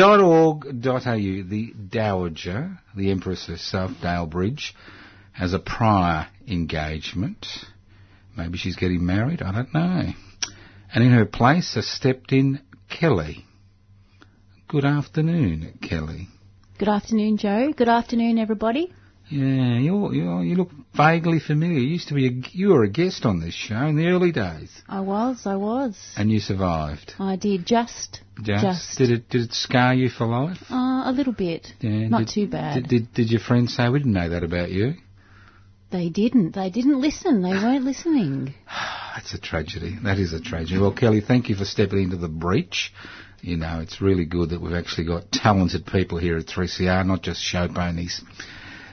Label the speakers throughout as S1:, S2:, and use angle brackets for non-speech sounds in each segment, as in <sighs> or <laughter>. S1: 3cr.org.au. The Dowager, the Empress herself, Dale Bridge, has a prior engagement. Maybe she's getting married, I don't know. And in her place has stepped in Kelly. Good afternoon, Kelly.
S2: Good afternoon, Joe. Good afternoon, everybody.
S1: Yeah, you're, you're, you look vaguely familiar. You used to be a, you were a guest on this show in the early days,
S2: I was, I was.
S1: and you survived.
S2: I did just,
S1: Just, did it did it scar you for life?
S2: uh, a little bit.
S1: Yeah,
S2: Not
S1: did-
S2: too bad.
S1: Did, did did your friends say we didn't know that about you?
S2: They didn't. They didn't listen. They weren't listening.
S1: That's Oh, a tragedy. That is a tragedy. Well, Kelly, thank you for stepping into the breach. You know, it's really good that we've actually got talented people here at 3CR, not just show ponies.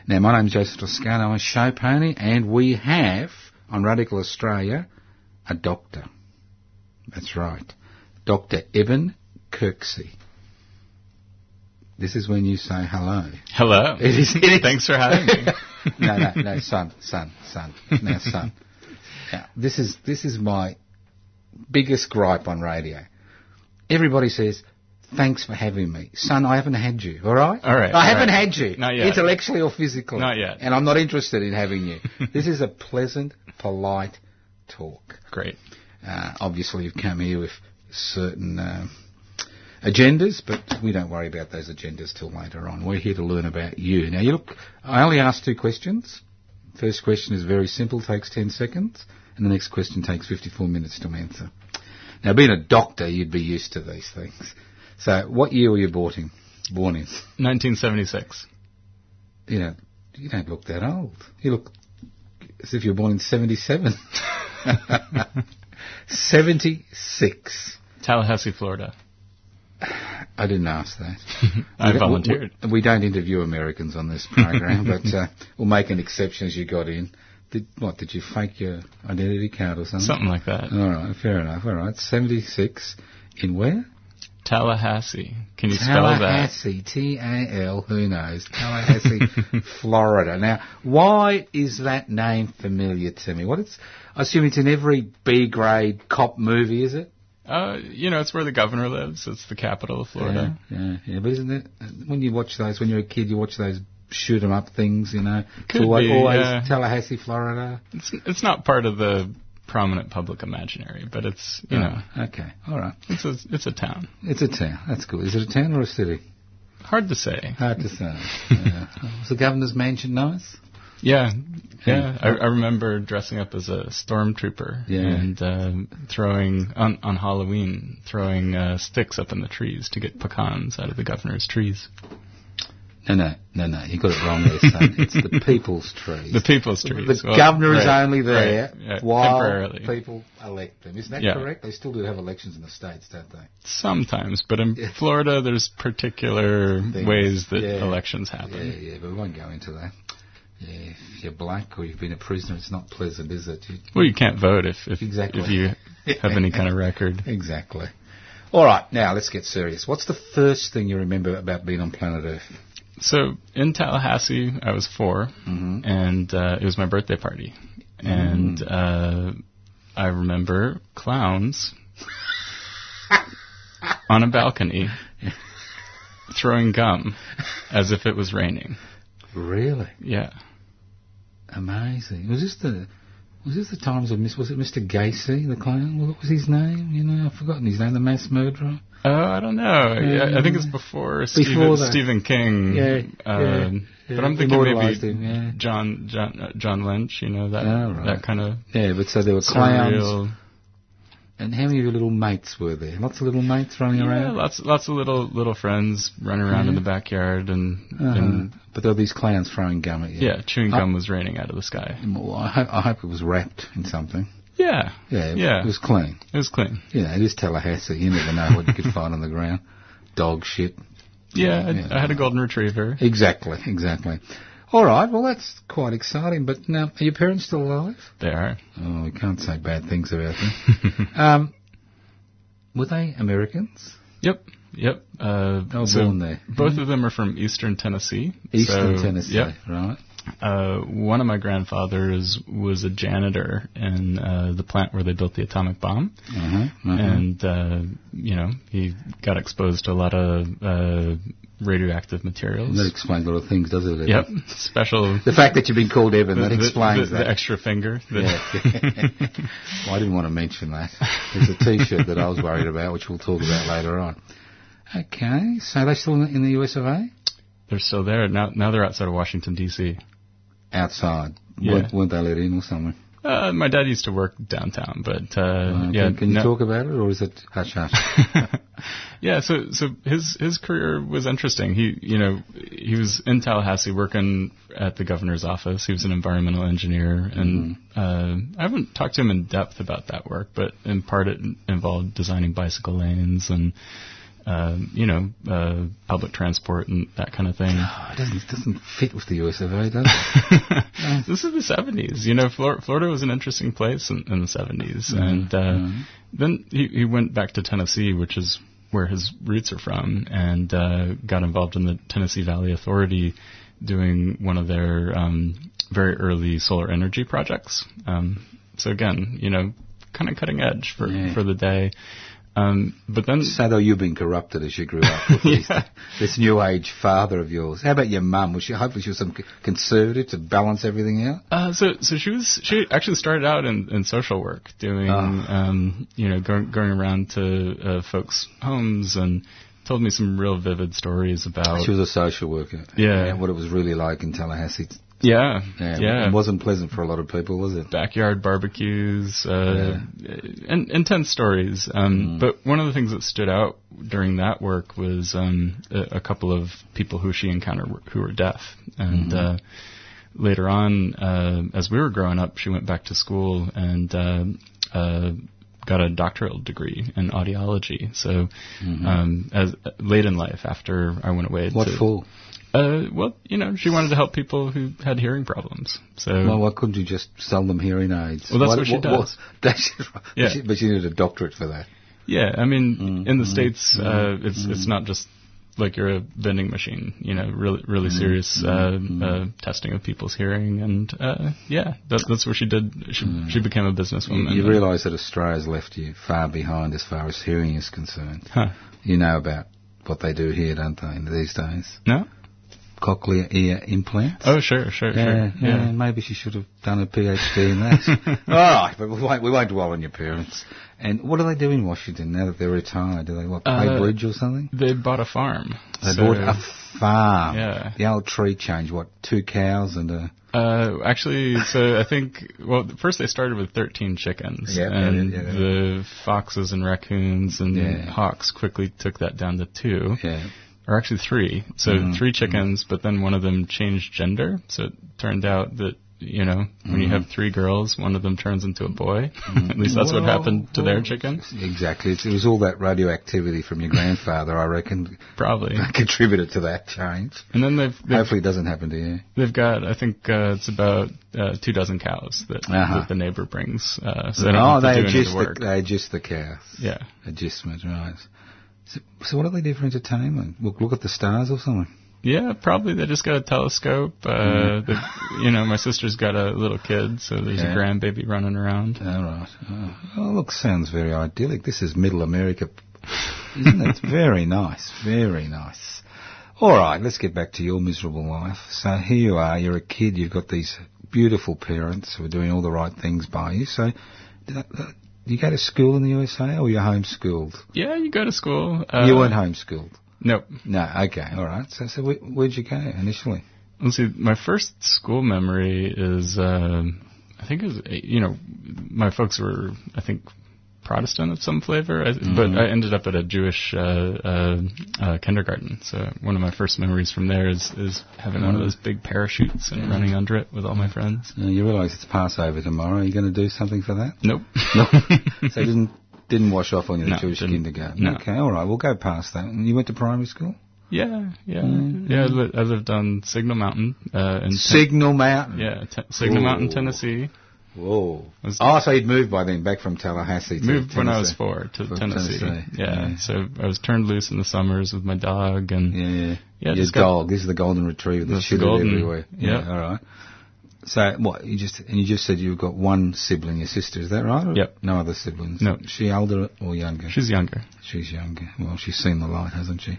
S1: Now, my name's Joseph Toscano, I'm a show pony, and we have, on Radical Australia, a doctor. That's right. Dr. Eben Kirksey. This is when you say hello.
S3: Hello.
S1: It <laughs> is- it is.
S3: Thanks for having me.
S1: no, no, no, son, son, son, now son. Now, this is this is my biggest gripe on radio. Everybody says, "Thanks for having me, son. I haven't had you. All right,
S3: All right,
S1: I
S3: all
S1: haven't
S3: right.
S1: had you,
S3: Not yet.
S1: intellectually or physically,
S3: Not yet.
S1: And I'm not interested in having
S3: <laughs>
S1: you. this is a pleasant, polite talk.
S3: <laughs> Great.
S1: Uh, obviously, you've come here with certain um agendas, but we don't worry about those agendas till later on. We're here to learn about you. Now, you look, I only asked two questions. First question is very simple, takes 10 seconds, and the next question takes 54 minutes to answer. Now, being a doctor, you'd be used to these things. So, what year were you bought in, born in?
S3: 1976.
S1: You know, you don't look that old. You look as if you were born in <laughs> 77. 76.
S3: Tallahassee, Florida.
S1: I didn't ask that.
S3: I
S1: We don't-
S3: volunteered.
S1: We, we don't interview Americans on this
S3: <laughs>
S1: program, but uh, we'll make an exception as you got in. Did, what, did you fake your identity card or something?
S3: Something like that.
S1: All right, fair enough. All right, 76 in where?
S3: Tallahassee. Can you spell that?
S1: Tallahassee, T-A-L, who knows? Tallahassee, <laughs> Florida. Now, why is that name familiar to me? What it's, I assume it's in every B-grade cop movie, is it?
S3: Uh, you know, it's where the governor lives. It's the capital of Florida.
S1: Yeah, yeah, yeah. But isn't it when you watch those when you're a kid, you watch those shoot 'em up things, you know?
S3: Could
S1: it's always,
S3: be,
S1: always
S3: yeah.
S1: Tallahassee, Florida.
S3: It's it's not part of the prominent public imaginary, but it's you know,
S1: Oh, okay, all right.
S3: it's a it's a town.
S1: It's a town. That's cool. Is it a town or a city?
S3: Hard to say.
S1: Hard to <laughs> say. yeah. Was the governor's mansion nice?
S3: Yeah, yeah. I, I remember dressing up as a stormtrooper
S1: Yeah.
S3: and um throwing on on Halloween, throwing uh, sticks up in the trees to get pecans out of the governor's trees.
S1: No, no, no, no. You got it wrong there, <laughs> son. it's the people's trees.
S3: The people's trees.
S1: The
S3: Well,
S1: governor is
S3: right,
S1: only there
S3: right, yeah,
S1: while
S3: temporarily.
S1: people elect them. Isn't that
S3: Yeah.
S1: correct? They still do have elections in the states, don't they?
S3: Sometimes, but in
S1: Yeah.
S3: Florida, there's particular
S1: Things.
S3: ways that
S1: Yeah.
S3: elections
S1: Yeah,
S3: happen.
S1: yeah, but we won't go into that. Yeah, if you're black or you've been a prisoner, it's not pleasant, is it? You-
S3: Well, you can't vote if if,
S1: Exactly.
S3: if you <laughs> have any kind of record.
S1: Exactly. All right, now let's get serious. What's the first thing you remember about being on planet Earth? Mm-hmm.
S3: So in Tallahassee, I was 4 and uh, it was my birthday party, and
S1: Mm.
S3: uh, I remember clowns on a
S1: <laughs>
S3: balcony throwing gum as if it was raining.
S1: Really?
S3: Yeah,
S1: Amazing. Was this the was this the times of Miss was it Mr Gacy the clown? What was his name? You know, I've forgotten his name. The mass murderer.
S3: Oh, I don't know. Yeah, I think it's before, Stephen,
S1: Um, that.
S3: Stephen King.
S1: Yeah,
S3: Mm-hmm. um,
S1: yeah,
S3: But I'm
S1: yeah.
S3: thinking
S1: Immortalized
S3: maybe
S1: him, yeah.
S3: John John uh, John Lynch. You know that
S1: Oh, right.
S3: that kind of
S1: Yeah, but so there were clowns.
S3: surreal.
S1: And how many of your little mates were there? Lots of little mates running
S3: Yeah,
S1: around.
S3: lots lots of little little friends running around in the backyard and
S1: Mm-hmm. Uh-huh.
S3: and
S1: But there were these clowns throwing gum at you.
S3: yeah, chewing
S1: I-
S3: gum was raining out of the sky.
S1: Well, I, ho- I hope it was wrapped in something.
S3: Yeah,
S1: Yeah, it,
S3: Yeah.
S1: it was clean.
S3: it was clean.
S1: You know, it is Tallahassee. You never know what you could find on the ground. Dog shit.
S3: Yeah, I,
S1: Yeah.
S3: I had a golden retriever.
S1: Exactly, exactly. All right, well, that's quite exciting. But now, are your parents still alive?
S3: They are.
S1: Oh, we can't say bad things about them. <laughs> um, were they Americans?
S3: Yep, yep. Uh,
S1: They were
S3: so
S1: born there.
S3: both of them are from Eastern Tennessee.
S1: Eastern
S3: So,
S1: Tennessee,
S3: Yep.
S1: right?
S3: Uh, one of my grandfathers was a janitor in uh, the plant where they built the atomic bomb,
S1: Uh-huh, uh-huh.
S3: and uh, you know he got exposed to a lot of uh, radioactive materials.
S1: that explains a lot of things, does it? Evan?
S3: Yep, special.
S1: The fact that you've been called Evan,
S3: the-
S1: <laughs> that explains
S3: the, the,
S1: that.
S3: extra finger. The-
S1: Yeah. <laughs> well, I didn't want to mention that. There's a T-shirt that I was worried about, which we'll talk about later on. Okay, so they're still in the US of A?
S3: They're still there now. Now they're outside of Washington D.C.
S1: Outside.
S3: Yeah.
S1: Weren't, weren't they let in or somewhere?
S3: Uh, my dad used to work downtown, but uh,
S1: Uh,
S3: yeah,
S1: can, can you
S3: no-
S1: talk about it, or is it hush hush?
S3: yeah, so so his his career was interesting. He you know he was in Tallahassee working at the governor's office. He was an environmental engineer, and uh, I haven't talked to him in depth about that work, but in part it involved designing bicycle lanes and uh, you know uh, public transport and that kind of
S1: <sighs>
S3: thing.
S1: Oh, it doesn't, doesn't fit with the US of A, does <laughs> it? Mm.
S3: this is the seventies. You know, Flor- Florida was an interesting place in, in the 70s
S1: Mm-hmm.
S3: and uh, then he, he went back to Tennessee, which is where his roots are from, and uh, got involved in the Tennessee Valley Authority, doing one of their um, very early solar energy projects. Um, so again, you know, kind of cutting edge for
S1: Yeah.
S3: for the day. Um, but then
S1: So, though, you've been corrupted as you grew up with <laughs> these-
S3: Yeah.
S1: this new age father of yours. How about your mum? Was she, hopefully she was some c- conservative to balance everything out?
S3: Uh, so, so she was. She actually started out in, in social work, doing,
S1: Ah.
S3: um, you know, going going around to uh, folks' homes and told me some real vivid stories about.
S1: She was a social worker.
S3: Yeah.
S1: And what it was really like in Tallahassee.
S3: yeah,
S1: Yeah.
S3: yeah,
S1: It wasn't pleasant for a lot of people, was it?
S3: backyard barbecues, uh, and intense stories.
S1: Mm-hmm.
S3: Um, But one of the things that stood out during that work was um, a, a couple of people who she encountered were- who were deaf,
S1: Mm-hmm.
S3: and uh, later on, uh, as we were growing up, she went back to school and. Uh, uh, Got a doctoral degree in audiology. So, um, as late in life, after I went away,
S1: Mm-hmm. What
S3: to,
S1: for?
S3: Uh, well, you know, she wanted to help people who had hearing problems. So,
S1: Well, why couldn't you just sell them hearing aids?
S3: Well, that's
S1: Why-
S3: what she does.
S1: <laughs> that's right.
S3: Yeah.
S1: But she- But she needed a doctorate for that.
S3: Yeah, I mean,
S1: Mm-hmm.
S3: in the states, uh, it's it's not just like you're a vending machine. You know, really really
S1: Mm-hmm.
S3: serious uh, uh, testing of people's hearing, and uh, yeah, that's that's where she did. She, she became a businesswoman.
S1: Mm-hmm. You realise that Australia's left you far behind as far as hearing is concerned.
S3: Huh.
S1: You know about what they do here, don't they, in these days?
S3: No.
S1: Cochlear ear implants.
S3: Oh, sure, sure,
S1: Yeah,
S3: sure.
S1: yeah, maybe she should have done a PhD in
S3: <laughs>
S1: that. All right, but we won't, we won't dwell on your parents. And what do they do in Washington now that they're retired? Do they what, play
S3: Uh,
S1: bridge or something?
S3: They bought a farm.
S1: They
S3: So,
S1: bought a farm.
S3: Yeah.
S1: The old tree change, what, two cows and a...
S3: Uh, actually, so I think, well, first they started with 13 chickens.
S1: Yeah, yeah,
S3: and
S1: yeah, yeah.
S3: the foxes and raccoons and
S1: Yeah.
S3: hawks quickly took that down to two.
S1: Yeah.
S3: or actually three. So
S1: Mm-hmm.
S3: three chickens, but then one of them changed gender. So it turned out that you know when you
S1: Mm-hmm.
S3: have three girls, one of them turns into a boy. At least that's what
S1: Well,
S3: happened to their
S1: well,
S3: chicken.
S1: Exactly. It's, it was all that radioactivity from your grandfather, I reckon, <laughs>
S3: Probably.
S1: contributed to that change.
S3: And then they've they've,
S1: Hopefully it doesn't happen to you.
S3: they've got I think uh, it's about uh, two dozen cows that,
S1: Uh-huh.
S3: that the neighbor brings. Uh, so they don't
S1: oh,
S3: have to
S1: they
S3: do any of
S1: adjust
S3: the work.
S1: The, they adjust the cows.
S3: yeah.
S1: Adjustment, right. So, so what do they do for entertainment? Look, look at the stars or something.
S3: Yeah, probably they just got a telescope. Uh,
S1: Mm-hmm.
S3: the, you know, my sister's got a little kid, so there's
S1: Yeah.
S3: a grandbaby running around.
S1: All right. Oh, oh, look, sounds very idyllic. This is middle America, isn't <laughs> it? very nice. Very nice. All right, let's get back to your miserable life. So here you are. You're a kid. You've got these beautiful parents who are doing all the right things by you. So, do you go to school in the USA or you're homeschooled?
S3: Yeah, you go to school. Uh,
S1: you weren't homeschooled.
S3: Nope.
S1: No, okay, all right. So, so where, where'd you go initially?
S3: Let's see. My first school memory is, um I think it was, eh, you know, my folks were, I think, Protestant of some flavor, I,
S1: Mm-hmm.
S3: but I ended up at a Jewish uh, uh, uh, kindergarten. So one of my first memories from there is is having
S1: Mm-hmm.
S3: one of those big parachutes and running under it with all my friends.
S1: Uh, you realise it's Passover tomorrow. Are you going to do something for that?
S3: Nope. <laughs>
S1: No. <laughs> so it didn't didn't wash off on you the
S3: No,
S1: Jewish
S3: didn't.
S1: kindergarten.
S3: No.
S1: Okay, all right, we'll go past that. And you went to primary school?
S3: Yeah, yeah,
S1: Mm-hmm.
S3: yeah. I, li- I lived on Signal Mountain uh, in Ten-
S1: Signal Mountain.
S3: yeah Te- Signal
S1: Ooh.
S3: Mountain, Tennessee.
S1: Whoa.
S3: Was-
S1: Oh, so you'd moved by then back from Tallahassee to
S3: Moved when I was
S1: Tennessee.
S3: four to
S1: From
S3: Tennessee.
S1: Tennessee,
S3: Yeah.
S1: yeah.
S3: so I was turned loose in the summers with my dog, and
S1: Yeah, yeah.
S3: Yeah,
S1: Your
S3: just got-
S1: dog. This is the golden retriever that
S3: That's
S1: shit
S3: the golden,
S1: everywhere.
S3: yeah.
S1: All right. So what you just and you just said you've got one sibling, your sister, is that right? Or
S3: Yep.
S1: No other siblings.
S3: No.
S1: She older or younger?
S3: she's younger.
S1: She's younger. Well, she's seen the light, hasn't <laughs> she?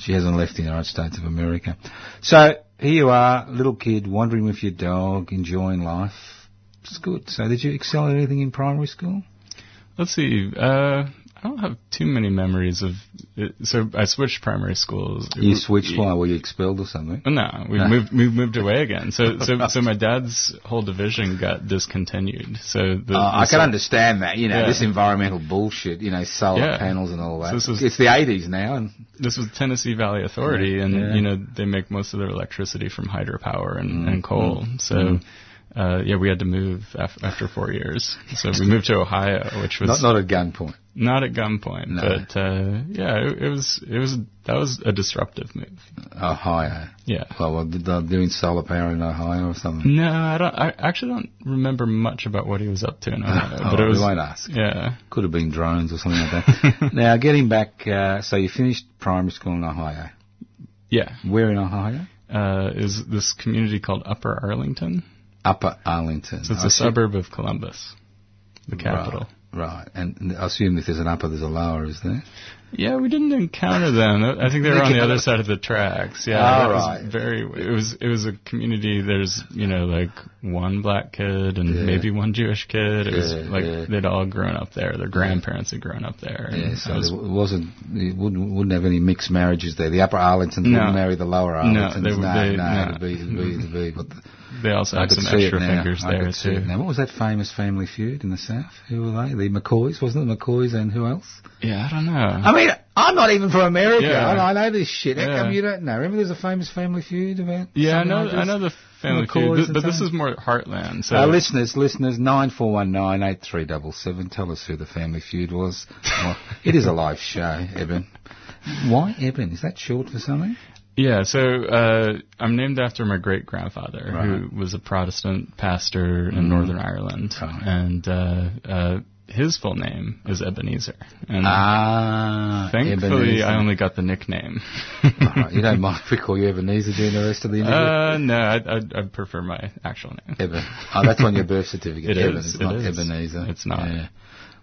S1: she hasn't left the United States of America. So here you are, little kid, wandering with your dog, enjoying life. It's good. So did you excel at anything in primary school?
S3: Let's see. Uh, I don't have too many memories of. It. So I switched primary schools.
S1: You switched why? Were you expelled or something?
S3: No, we moved we moved away again. So so
S1: <laughs>
S3: so my dad's whole division got discontinued. So the,
S1: Oh, I
S3: the-
S1: can understand that, you know,
S3: Yeah.
S1: this environmental bullshit, you know, solar
S3: Yeah.
S1: panels and all that.
S3: So this was-
S1: it's the 80s now, and
S3: this was Tennessee Valley Authority,
S1: Yeah.
S3: and
S1: Yeah. Mm-hmm.
S3: you know they make most of their electricity from hydropower and, and coal. So uh, yeah, we had to move af- after four years. So we moved to Ohio, which was
S1: not,
S3: not,
S1: not at gunpoint.
S3: at gunpoint,
S1: No.
S3: but uh, yeah, it, it was it was that was a disruptive move.
S1: Ohio.
S3: Yeah.
S1: Oh, well, they're doing solar power in Ohio or something.
S3: No, I don't. I actually don't remember much about what he was up to in Ohio,
S1: <laughs> Oh,
S3: but it
S1: we
S3: was
S1: won't ask.
S3: yeah.
S1: Could have been drones or something like that. <laughs> now, getting back, uh, so you finished primary school in Ohio.
S3: Yeah,
S1: Where in Ohio?
S3: uh, is this community called Upper Arlington?
S1: Upper Arlington.
S3: So it's
S1: I
S3: a
S1: assume-
S3: suburb of Columbus, the capital.
S1: Right, and I assume if there's an upper, there's a lower, is there?
S3: Yeah, we didn't encounter them. I I think they were on the other side of the tracks. Yeah,
S1: All
S3: it was
S1: right.
S3: very. It was it was a community. There's you know like one black kid and
S1: Yeah.
S3: maybe one Jewish kid. It was
S1: Yeah,
S3: like
S1: yeah.
S3: they'd all grown up there. Their grandparents had grown up there. and
S1: Yeah,
S3: I
S1: so
S3: was-
S1: there wasn't, it wouldn't, wouldn't have any mixed marriages there. The upper Arlington
S3: No.
S1: wouldn't marry the lower Arlington.
S3: they
S1: no,
S3: would- they-
S1: no,
S3: no.
S1: it'd be, it'd be, it'd be, but the,
S3: they also
S1: I
S3: had
S1: could
S3: some
S1: see it
S3: extra
S1: now.
S3: fingers
S1: I
S3: there
S1: could see
S3: too.
S1: it now. What was that famous family feud in the South? Who were they? The McCoys, wasn't it? The McCoys and who else?
S3: Yeah, I don't know.
S1: I mean, I'm not even from America.
S3: Yeah.
S1: I, I know this shit. How
S3: Yeah.
S1: come you don't know? Remember there's a famous family feud about?
S3: yeah, I
S1: something
S3: know.
S1: like
S3: I
S1: this?
S3: know the family
S1: McCoys
S3: feud, th-
S1: and
S3: but this
S1: something.
S3: is more Heartland. So
S1: Uh, listeners, listeners, nine four one nine eight three double seven. Tell us who the family feud was. Well, it is a live show, Eben. Why Eben? Is that short for something?
S3: Yeah, so uh, I'm named after my great grandfather, who was a Protestant pastor
S1: Mm-hmm.
S3: in Northern Ireland,
S1: Right.
S3: and uh, uh, his full name is Ebenezer. And
S1: Ah,
S3: Hmm. thankfully,
S1: Ebenezer.
S3: I only got
S1: <laughs>
S3: the nickname.
S1: All right, you don't mind <laughs> if we call you Ebenezer during the rest of the interview.
S3: uh, no, I, I, I prefer my actual name.
S1: Eben. Oh, that's on your birth certificate.
S3: It
S1: Eben.
S3: is,
S1: It's
S3: it
S1: not
S3: is.
S1: Ebenezer.
S3: It's not.
S1: Yeah.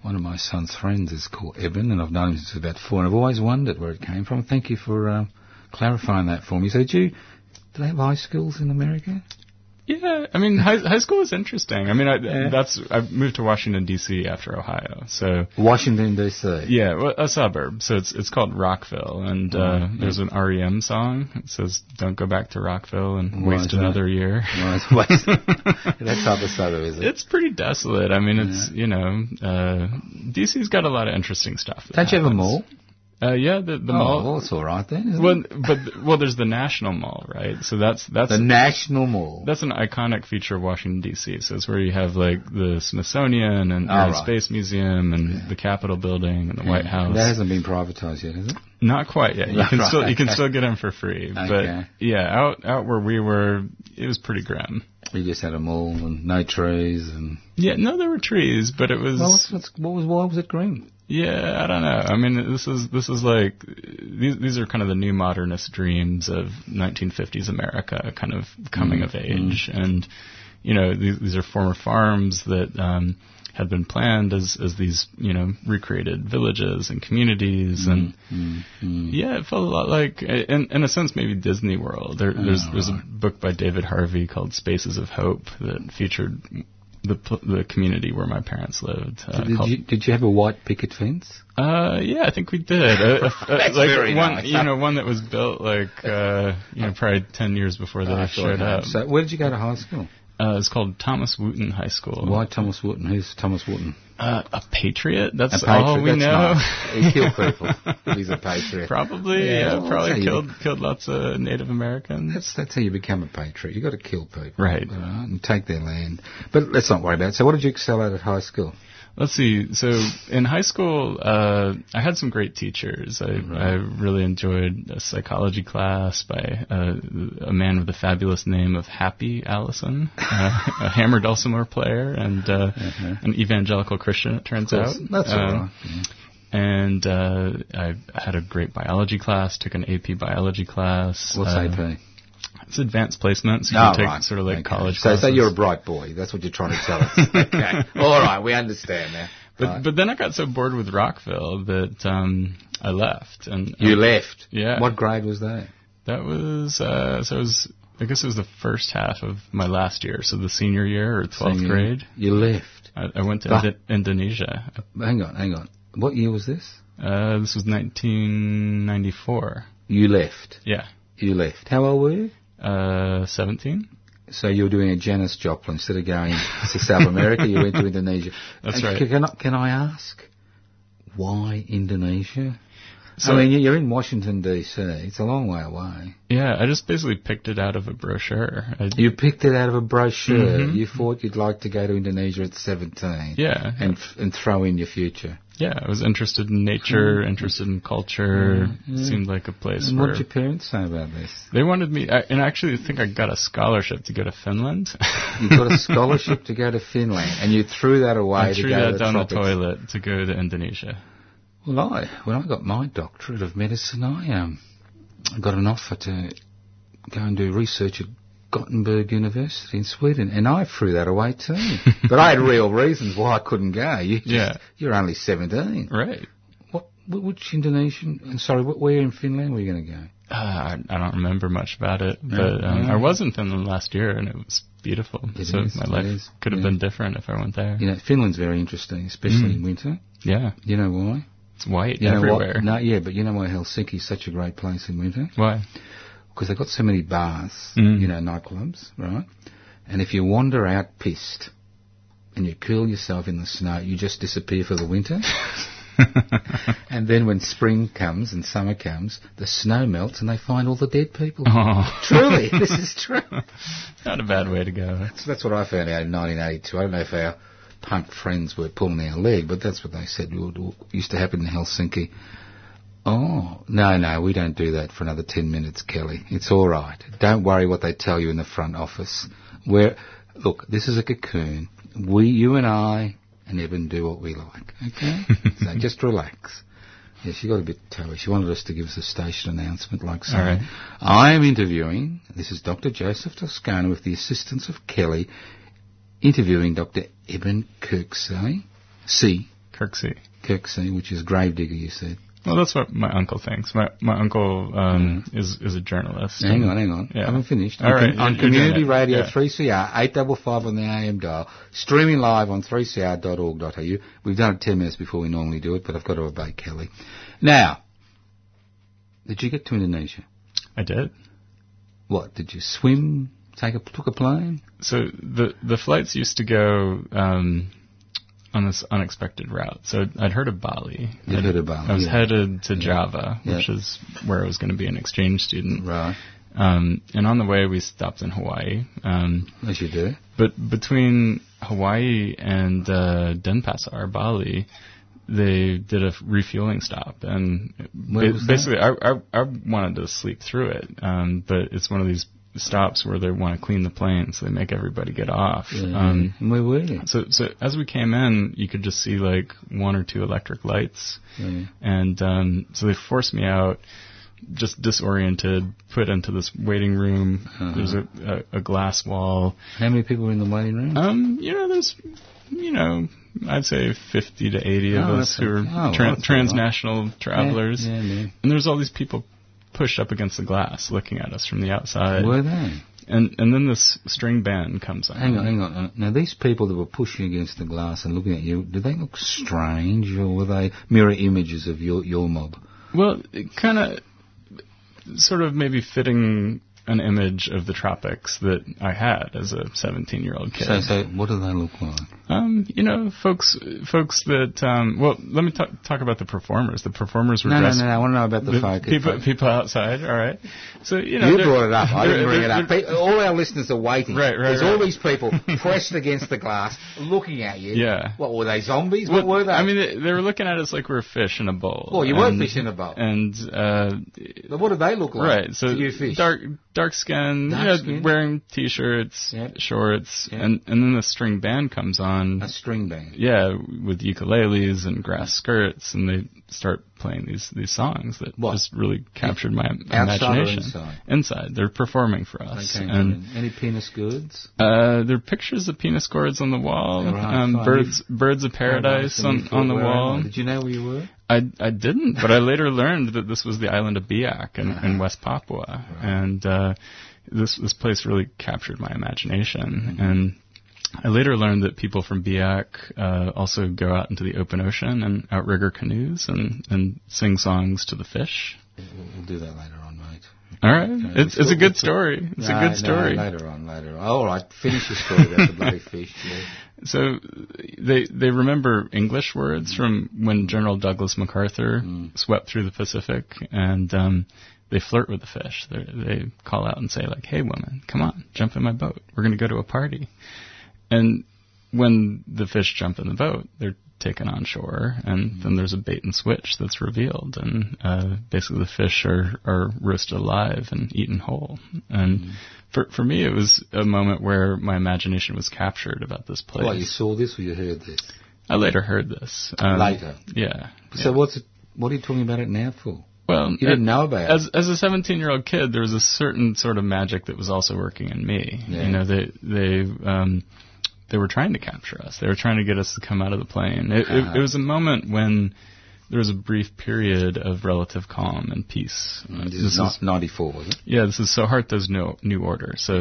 S1: One of my son's friends is called Eben, and I've known him since he was about four, and I've always wondered where it came from. Thank you for um, clarifying that for me. So, do you, do they have high schools in America?
S3: Yeah, I mean, high, high school is interesting. I mean, I,
S1: Yeah.
S3: that's I moved to Washington D.C. after Ohio, so
S1: Washington D.C. <laughs>
S3: Yeah, well, a suburb. So it's it's called Rockville, and uh,
S1: Mm-hmm.
S3: there's an REM song. It says, "Don't go back to Rockville and
S1: Why is
S3: waste
S1: that?
S3: another year."
S1: Well, it's West- <laughs> that type of suburb, is it?
S3: It's pretty desolate. I mean, it's you know, uh, DC's got a lot of interesting stuff. that
S1: Don't you have a
S3: happens.
S1: mall?
S3: Uh, yeah, the, the
S1: Oh, well,
S3: mall.
S1: it's all right then. isn't
S3: Well,
S1: it?
S3: but well, there's the National Mall, right? So that's that's
S1: the National Mall.
S3: that's an iconic feature of Washington D.C. So it's where you have like the Smithsonian and
S1: Oh,
S3: Air and
S1: right.
S3: Space Museum and the Capitol Building and the White House.
S1: That hasn't been privatised yet, has it?
S3: Not quite yet. You
S1: Right,
S3: can
S1: right,
S3: still you can
S1: okay.
S3: still get them for free,
S1: Okay.
S3: but yeah, out out where we were, it was pretty grim.
S1: You just had a mall and no trees and.
S3: Yeah, no, there were trees, but it was
S1: Well, what's, what's, what was why was it green?
S3: Yeah, I don't know. I mean, this is this is like these these are kind of the new modernist dreams of 1950s America, kind of coming of
S1: Mm-hmm.
S3: age, and you know these these are former farms that um, had been planned as as these you know recreated villages and communities, and
S1: Mm-hmm.
S3: yeah, it felt a lot like in in a sense maybe Disney World. There, there's there's a book by David Harvey called Spaces of Hope that featured. The, pl- the community where my parents lived. Uh,
S1: Did
S3: called-
S1: you, did you have a white picket fence?
S3: uh, yeah, I think we did. A, a, a,
S1: That's
S3: like
S1: very
S3: one,
S1: nice.
S3: you know, one that was built like uh, you know probably ten years before they
S1: Uh, I thought
S3: showed
S1: no.
S3: up.
S1: So where did you go to high school?
S3: Uh, it's called Thomas Wooten High School.
S1: Why Thomas Wharton? Who's Thomas Wharton?
S3: Uh, a patriot.
S1: A
S3: That's
S1: patriot.
S3: all we
S1: That's
S3: <laughs> know.
S1: nice. <laughs> He killed people. He's a patriot.
S3: Probably,
S1: Yeah.
S3: yeah,
S1: Well, that's how
S3: probably
S1: you-
S3: killed killed lots of Native Americans.
S1: That's that's how you become a patriot. You've got to kill people,
S3: Right.
S1: all right, and take their land. But let's not worry about it. So, what did you excel at at high school?
S3: Let's see. So in high school, uh, I had some great teachers. I,
S1: Mm-hmm.
S3: I really enjoyed a psychology class by uh, a man with the fabulous name of Happy Allison, uh,
S1: <laughs>
S3: a hammer dulcimer player and uh, an evangelical Christian. It turns out.
S1: Mm-hmm. That's all
S3: Um,
S1: right. Yeah.
S3: And uh, I had a great biology class. Took an AP biology class.
S1: What's
S3: uh,
S1: AP?
S3: It's advanced placement. So you
S1: Oh,
S3: can take
S1: right.
S3: sort of like
S1: Okay.
S3: college.
S1: So, so
S3: classes.
S1: you're a bright boy. That's what you're trying to <laughs> tell us. okay. All right. We understand now.
S3: But
S1: Right.
S3: but then I got so bored with Rockville that um, I left and
S1: you left.
S3: Yeah.
S1: What grade was that?
S3: That was uh, so. It was I guess it was the first half of my last year, so the senior year or twelfth
S1: Senior. Ah.
S3: grade.
S1: You left.
S3: I, I went to
S1: Bah.
S3: Indo- Indonesia.
S1: Hang on. Hang on. What year was this?
S3: Uh, this was 1994.
S1: You left.
S3: Yeah,
S1: You left. How old were you?
S3: uh, 17.
S1: So you were doing a Janis Joplin instead of going to South America, you went to Indonesia.
S3: <laughs> That's
S1: And
S3: right.
S1: c- Can I, can I ask why Indonesia?
S3: So-
S1: I mean, you're in Washington D.C. It's a long way away.
S3: Yeah, I just basically picked it out of a brochure. I,
S1: You picked it out of a brochure. You thought you'd like to go to Indonesia at 17.
S3: Mm-hmm. yeah,
S1: And f- and throw in your future.
S3: yeah. I was interested in nature, interested in culture. Seemed like a place
S1: Hmm. And what
S3: where
S1: did your parents say about this?
S3: they wanted me. I, and I actually think I got a scholarship to go to Finland.
S1: You got a scholarship to go to Finland, and you threw that away.
S3: <laughs> I
S1: to
S3: threw
S1: go to
S3: that
S1: the
S3: down
S1: tropics.
S3: the toilet to go to Indonesia.
S1: Well, I when I got my doctorate of medicine, I um, got an offer to go and do research at Gothenburg University in Sweden, and I threw that away
S3: <laughs>
S1: too. but I had real reasons why I couldn't go. You just,
S3: Yeah.
S1: you're only seventeen.
S3: Right.
S1: What? wh- Which Indonesian? I'm sorry, wh- where in Finland were you going to go?
S3: Uh, I, I don't remember much about it, but um, I was in Finland last year and it was beautiful.
S1: It
S3: so
S1: is,
S3: my
S1: it
S3: life
S1: is,
S3: could have
S1: yeah.
S3: been different if I went there.
S1: You know, Finland's very interesting, especially in
S3: Mm.
S1: winter.
S3: Yeah,
S1: You know why?
S3: it's white
S1: You know
S3: everywhere.
S1: What? No, yeah, but you know why Helsinki's such a great place in winter? <laughs>
S3: Why?
S1: because they've got so many bars,
S3: Mm.
S1: you know, nightclubs, right? And if you wander out pissed and you curl yourself in the snow, you just disappear for the winter.
S3: <laughs>
S1: and then when spring comes and summer comes, the snow melts and they find all the dead people.
S3: Oh,
S1: Truly,
S3: <laughs>
S1: this is true.
S3: not a bad way to go.
S1: So that's what I found out in 1982. I don't know if our punk friends were pulling our leg, but that's what they said would- used to happen in Helsinki. Oh, no, no, we don't do that for another 10 minutes, Kelly. It's all right. Don't worry what they tell you in the front office. We're, look, this is a cocoon. We, you and I and Evan do what we like,
S3: <laughs>
S1: okay? so just relax. Yeah, she got a bit toey. She wanted us to give us a station announcement like so.
S3: All right.
S1: I am interviewing, this is Dr. Joseph Toscano with the assistance of Kelly, interviewing Dr. Eben Kirksey, C.
S3: Kirksey.
S1: Kirksey, which is gravedigger, you said.
S3: Well, that's what my uncle thinks. My my uncle um, is is a journalist.
S1: Hang on, hang on.
S3: Yeah.
S1: I haven't finished.
S3: All
S1: on,
S3: right,
S1: com- on
S3: you're- you're doing
S1: Community
S3: it.
S1: Radio
S3: Yeah.
S1: 3CR, 855 on the AM dial, streaming live on 3cr.org.au. We've done it 10 minutes before we normally do it, but I've got to obey Kelly. Now, did you get to Indonesia?
S3: I did.
S1: What, did you swim, take a, took a plane?
S3: So the the flights used to go um, on this unexpected route. So I'd heard of Bali.
S1: You'd
S3: I'd-
S1: heard of Bali,
S3: I was
S1: yeah.
S3: headed to Java,
S1: Yeah.
S3: which is where I was going to be an exchange student.
S1: Right.
S3: Um, and on the way, we stopped in Hawaii. Um,
S1: As you do.
S3: but between Hawaii and uh, Denpasar, Bali, they did a refueling stop, and
S1: Where
S3: ba-
S1: was that?
S3: basically, I, I I wanted to sleep through it. Um, but it's one of these stops where they want to clean the plane, so they make everybody get off. Um,
S1: Mm-hmm. and where were you?
S3: so, so as we came in, you could just see like one or two electric lights,
S1: Yeah.
S3: and um, so they forced me out, just disoriented, put into this waiting room.
S1: Uh-huh.
S3: There's a, a, a glass wall.
S1: How many people were in the waiting room?
S3: Um, you know, there's, you know, I'd say 50 to 80
S1: Oh,
S3: of us
S1: that's
S3: who
S1: a-
S3: are
S1: oh, well,
S3: tran-
S1: that's a
S3: transnational travelers,
S1: Yeah, yeah, yeah.
S3: and there's all these people pushed up against the glass, looking at us from the outside.
S1: Were they?
S3: And and then this string band comes on.
S1: Hang on, hang on. Now, these people that were pushing against the glass and looking at you, did they look strange or were they mirror images of your, your mob?
S3: Well, kind of, sort of maybe fitting an image of the tropics that I had as a 17 year old kid.
S1: So, so, what do they look like?
S3: Um, you know, folks, folks that, um, well, let me talk, talk about the performers. The performers were
S1: No, no,
S3: dressed.
S1: no, no. I want to know about the, focus.
S3: people, people outside, all right. So you know,
S1: You
S3: they're-
S1: brought it up. I didn't
S3: they're-
S1: bring it up.
S3: they're-
S1: Pe- All our listeners are waiting.
S3: Right, right,
S1: There's all
S3: right.
S1: these
S3: <laughs>
S1: people pressed against the glass, looking at you.
S3: Yeah.
S1: What were they? Zombies?
S3: Well,
S1: What were they?
S3: I mean, they, they were looking at us like we were fish in a bowl.
S1: Well, you were
S3: And-
S1: fish in a bowl.
S3: And uh,
S1: what did they look like?
S3: right, so
S1: to you fish.
S3: dark, dark skin,
S1: Dark
S3: you know,
S1: skin.
S3: wearing t-shirts,
S1: Yeah.
S3: shorts,
S1: Yeah.
S3: and and then the string band comes on.
S1: a string band.
S3: yeah, with ukuleles and grass skirts, and they start playing these these songs that
S1: What?
S3: just really captured my
S1: Outside or
S3: imagination.
S1: inside?
S3: Inside, they're performing for
S1: They
S3: us,
S1: came
S3: and
S1: in. Any penis goods?
S3: uh, there are pictures of penis gourds on the wall,
S1: Right,
S3: um,
S1: fine.
S3: birds birds of paradise
S1: And you
S3: on,
S1: thought,
S3: on the
S1: where am I?
S3: wall.
S1: Did you know where you were?
S3: I I didn't, but I later learned that this was the island of Biak in, in West Papua, and uh, this this place really captured my imagination. And I later learned that people from Biak uh, also go out into the open ocean and outrigger canoes and and sing songs to the fish.
S1: We'll, we'll do that later on, mate.
S3: All right, it's it's a good
S1: it's-
S3: story. It's
S1: No,
S3: a good story.
S1: No, later on, later on. All right, finish your story about the bloody fish.
S3: <laughs>
S1: Yeah.
S3: So they they remember English words from when General Douglas MacArthur
S1: Hmm.
S3: swept through the Pacific, and um, they flirt with the fish. They're, they call out and say like, "Hey, woman, come on, jump in my boat. We're going to go to a party." And when the fish jump in the boat, they're taken on shore, and
S1: Hmm.
S3: then there's a bait and switch that's revealed, and uh, basically the fish are, are roasted alive and eaten whole. And
S1: Hmm.
S3: for for me, it was a moment where my imagination was captured about this place.
S1: Well, you saw this or you heard this?
S3: I later heard this. Um,
S1: Later.
S3: Yeah.
S1: So what's it, what are you talking about it now for?
S3: Well,
S1: You didn't know about it.
S3: as as a 17 year old kid, there was a certain sort of magic that was also working in me.
S1: Yeah.
S3: You know, they they um, they were trying to capture us. They were trying to get us to come out of the plane. It,
S1: Uh-huh.
S3: it, it was a moment when there was a brief period of relative calm and peace. Uh,
S1: Mm, This is not 94, was it?
S3: yeah, this is Suharto's new new order. So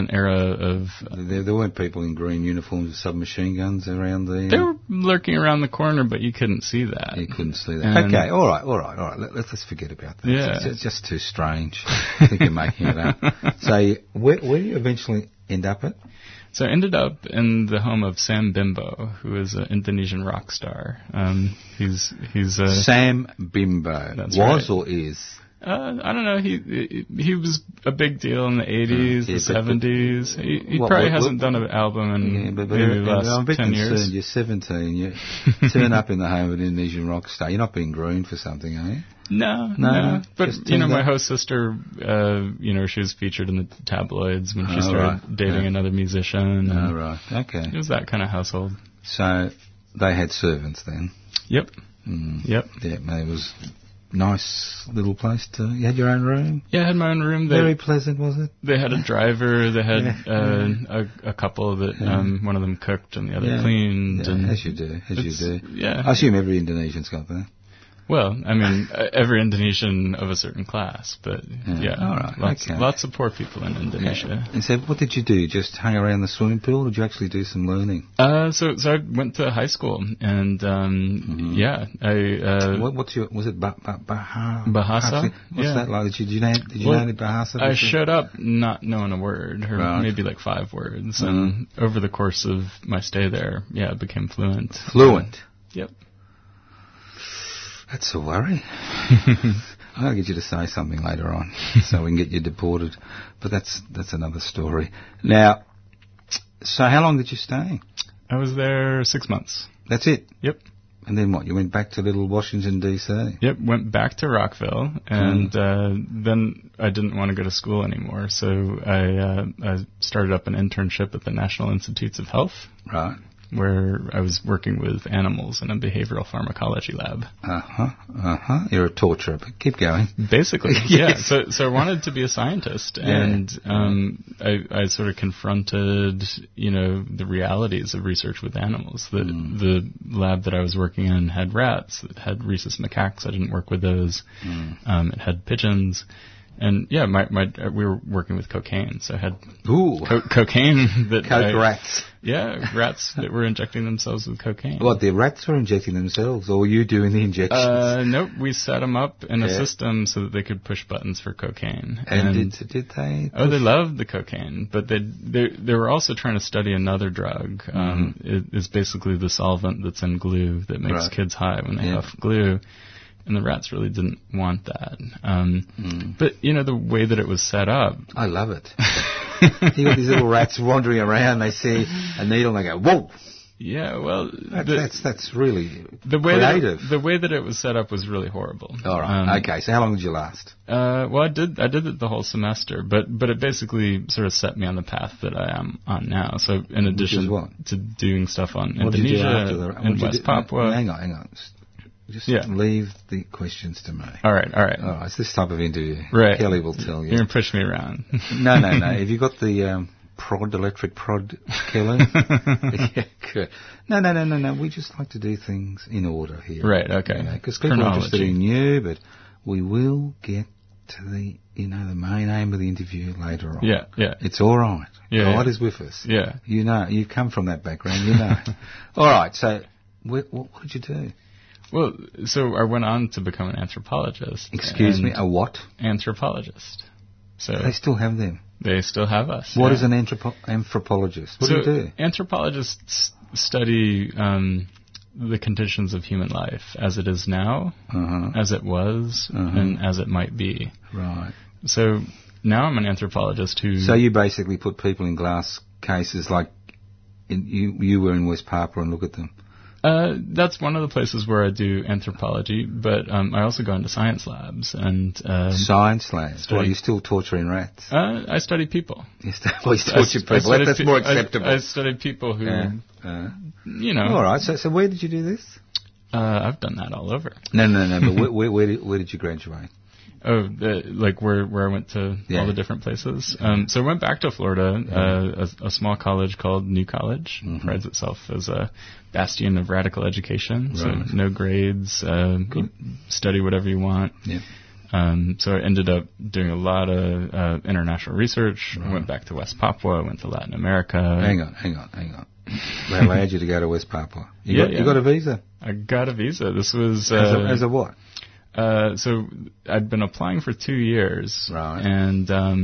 S3: an era of
S1: There, there weren't people in green uniforms with submachine guns around the.
S3: they were lurking around the corner, but you couldn't see that.
S1: You couldn't see that.
S3: And-
S1: okay, all right, all right, all right. Let, let's just forget about that.
S3: Yeah.
S1: It's, it's just too strange. <laughs> I think you're making it up.
S3: <laughs>
S1: So, you- where, where do you eventually end up at?
S3: So I ended up in the home of Sam Bimbo, who is an Indonesian rock star. Um, he's he's uh,
S1: Sam Bimbo.
S3: That's
S1: was
S3: right.
S1: or is?
S3: uh, I don't know. He he- he was a big deal
S1: Uh,
S3: in the 80s,
S1: Yeah,
S3: the
S1: but- but-
S3: 70s. he he
S1: What-
S3: probably
S1: what-
S3: hasn't
S1: what-
S3: done an album in
S1: Yeah, but, but
S3: Mm, maybe
S1: I'm-
S3: the last
S1: I'm a bit
S3: 10
S1: concerned.
S3: years.
S1: You're 17. You turn up in the home of an Indonesian rock star. You're not being groomed for something, are you?
S3: No,
S1: No,
S3: no.
S1: no, just
S3: But you know,
S1: turns
S3: my
S1: up.
S3: host sister, uh, you know, she was featured in the tabloids when
S1: Oh,
S3: she
S1: right.
S3: started dating
S1: Yeah.
S3: another musician.
S1: All
S3: and
S1: right. Okay.
S3: It was that kind of household.
S1: So they had servants then.
S3: Yep.
S1: Mm.
S3: Yep.
S1: Yeah, it was nice little place to. You had your own room.
S3: Yeah, I had my own room. They,
S1: Very pleasant, was it?
S3: They had a driver. They had
S1: Yeah.
S3: uh, a, a couple that um, one of them cooked and the other
S1: Yeah.
S3: cleaned.
S1: Yeah,
S3: and
S1: as you do, as you
S3: it's-
S1: do.
S3: Yeah.
S1: I assume every Indonesian's got that.
S3: well, I mean, uh, every Indonesian of a certain class, but
S1: Yeah.
S3: yeah,
S1: All right,
S3: lots,
S1: okay.
S3: lots of poor people in Indonesia.
S1: And so, what did you do? Just hang around the swimming pool, or did you actually do some learning?
S3: Uh, so, so I went to high school, and um, yeah, I uh,
S1: Mm-hmm. What, what's your? Was it ba- ba- Baha-
S3: Bahasa?
S1: What's
S3: Yeah.
S1: that like? Did you, did you know? Did you
S3: Well,
S1: know any Bahasa?
S3: I
S1: Did you-
S3: showed up not knowing a word, or
S1: Right. Mm-hmm.
S3: maybe like five words, and over the course of my stay there, yeah, I became fluent.
S1: Fluent.
S3: Yep.
S1: That's a worry. <laughs> I'm going to get you to say something later <laughs> on so we can get you deported. But that's that's another story. Now, so how long did you stay?
S3: I was there six months.
S1: That's it.
S3: Yep.
S1: And then what? You went back to little Washington D.C.
S3: Yep, went back to Rockville, and uh, then I didn't want to go to school anymore, so I, uh, I started up an internship at the National Institutes of Health,
S1: Right.
S3: where I was working with animals in a behavioral pharmacology lab.
S1: Uh huh. Uh huh. You're a torturer, but keep going.
S3: <laughs> Basically, yeah.
S1: Yes.
S3: So, so I wanted to be a scientist,
S1: Yeah.
S3: and um, I, I sort of confronted, you know, the realities of research with animals. The
S1: Hmm.
S3: the lab that I was working in had rats, it had rhesus macaques. I didn't work with those.
S1: Hmm.
S3: Um, it had pigeons, and yeah, my, my we were working with cocaine, so I had
S1: Ooh.
S3: co- cocaine <laughs> that
S1: Coke
S3: I-
S1: rats.
S3: Yeah, rats <laughs> that were injecting themselves with cocaine.
S1: What, the rats are injecting themselves, or you doing the injections?
S3: Uh, nope, we set them up in a
S1: Yeah.
S3: system so that they could push buttons for cocaine.
S1: and did, did they?
S3: um, oh, they loved the cocaine, but they they they were also trying to study another drug.
S1: Mm-hmm.
S3: Um, it- it's basically the solvent that's in glue that makes
S1: Right.
S3: kids high when they
S1: Yeah.
S3: huff glue. And the rats really didn't want that. Um,
S1: Mm.
S3: But you know the way that it was set up.
S1: I love
S3: <laughs>
S1: it. you got these little rats wandering around. They see a needle and they go, "Whoa!"
S3: Yeah, well,
S1: That,
S3: the,
S1: that's that's really
S3: the way that it,
S1: creative.
S3: the way that it was set up was really horrible.
S1: All right.
S3: Um,
S1: okay. So how long did you last?
S3: Uh, well, I did. I did it the whole semester, but but it basically sort of set me on the path that I am on now. So in addition
S1: what?
S3: to doing stuff on
S1: What did you do
S3: Indonesia
S1: after the- what
S3: and
S1: did you
S3: West
S1: do-
S3: Papua.
S1: Hang on, hang on. S- Just
S3: Yeah.
S1: leave the questions to me.
S3: All right, all right.
S1: All right. It's this type of interview.
S3: Right.
S1: Kelly will tell
S3: You're
S1: you.
S3: gonna push me around. <laughs>
S1: no, no, no. Have you got the um, prod, electric prod,
S3: <laughs>
S1: Kelly? yeah, good. No, no, no, no, no. We just like to do things in order here.
S3: Right, okay.
S1: Because people are interested
S3: Chronology.
S1: in you, but we will get to the, you know, the main aim of the interview later on.
S3: yeah, yeah,
S1: It's all right.
S3: Yeah,
S1: God
S3: yeah.
S1: is with us.
S3: yeah.
S1: You know, you've come from that background. You
S3: <laughs>
S1: know. all right. So, wh- what, what did you do?
S3: Well, so I went on to become an anthropologist.
S1: Excuse me.
S3: and
S1: A what?
S3: anthropologist. So
S1: They still have them.
S3: they still have us.
S1: What
S3: yeah.
S1: is an anthropo- anthropologist? What
S3: so
S1: do you do?
S3: Anthropologists study um, the conditions of human life as it is now,
S1: Uh-huh.
S3: as it was,
S1: Uh-huh.
S3: and as it might be.
S1: Right.
S3: So now I'm an anthropologist who.
S1: So you basically put people in glass cases, like in, you you were in West Papua, and look at them.
S3: uh, that's one of the places where I do anthropology, but um, I also go into science labs and um,
S1: Science labs.
S3: Study-
S1: Well, you're still torturing rats. <laughs>
S3: uh, I study people.
S1: You still well, you
S3: I-
S1: torture
S3: I
S1: people. That-
S3: study
S1: that's
S3: pe-
S1: more
S3: I-
S1: acceptable.
S3: I, study people who,
S1: Yeah, yeah. Um,
S3: you know,
S1: All right. So, so where did you do this?
S3: uh, I've done that all over.
S1: No, no, no. <laughs> But where, where, where, did, where did you graduate?
S3: Oh, the, like where where I went to
S1: Yeah.
S3: all the different places. Um, so I went back to Florida, uh, a, a small college called New College,
S1: Mm-hmm.
S3: prides itself as a bastion of radical education.
S1: Right.
S3: So no grades, uh, you study whatever you want.
S1: Yeah.
S3: Um, so I ended up doing a lot of uh, international research. I went back to West Papua, I went to Latin America.
S1: Hang on, hang on, hang on. They allowed you to go to West Papua. You,
S3: Yeah,
S1: got,
S3: yeah.
S1: you got a visa
S3: I got a visa. This was uh,
S1: as, a, as a what?
S3: Uh, so I'd been applying for two years,
S1: Right.
S3: and um,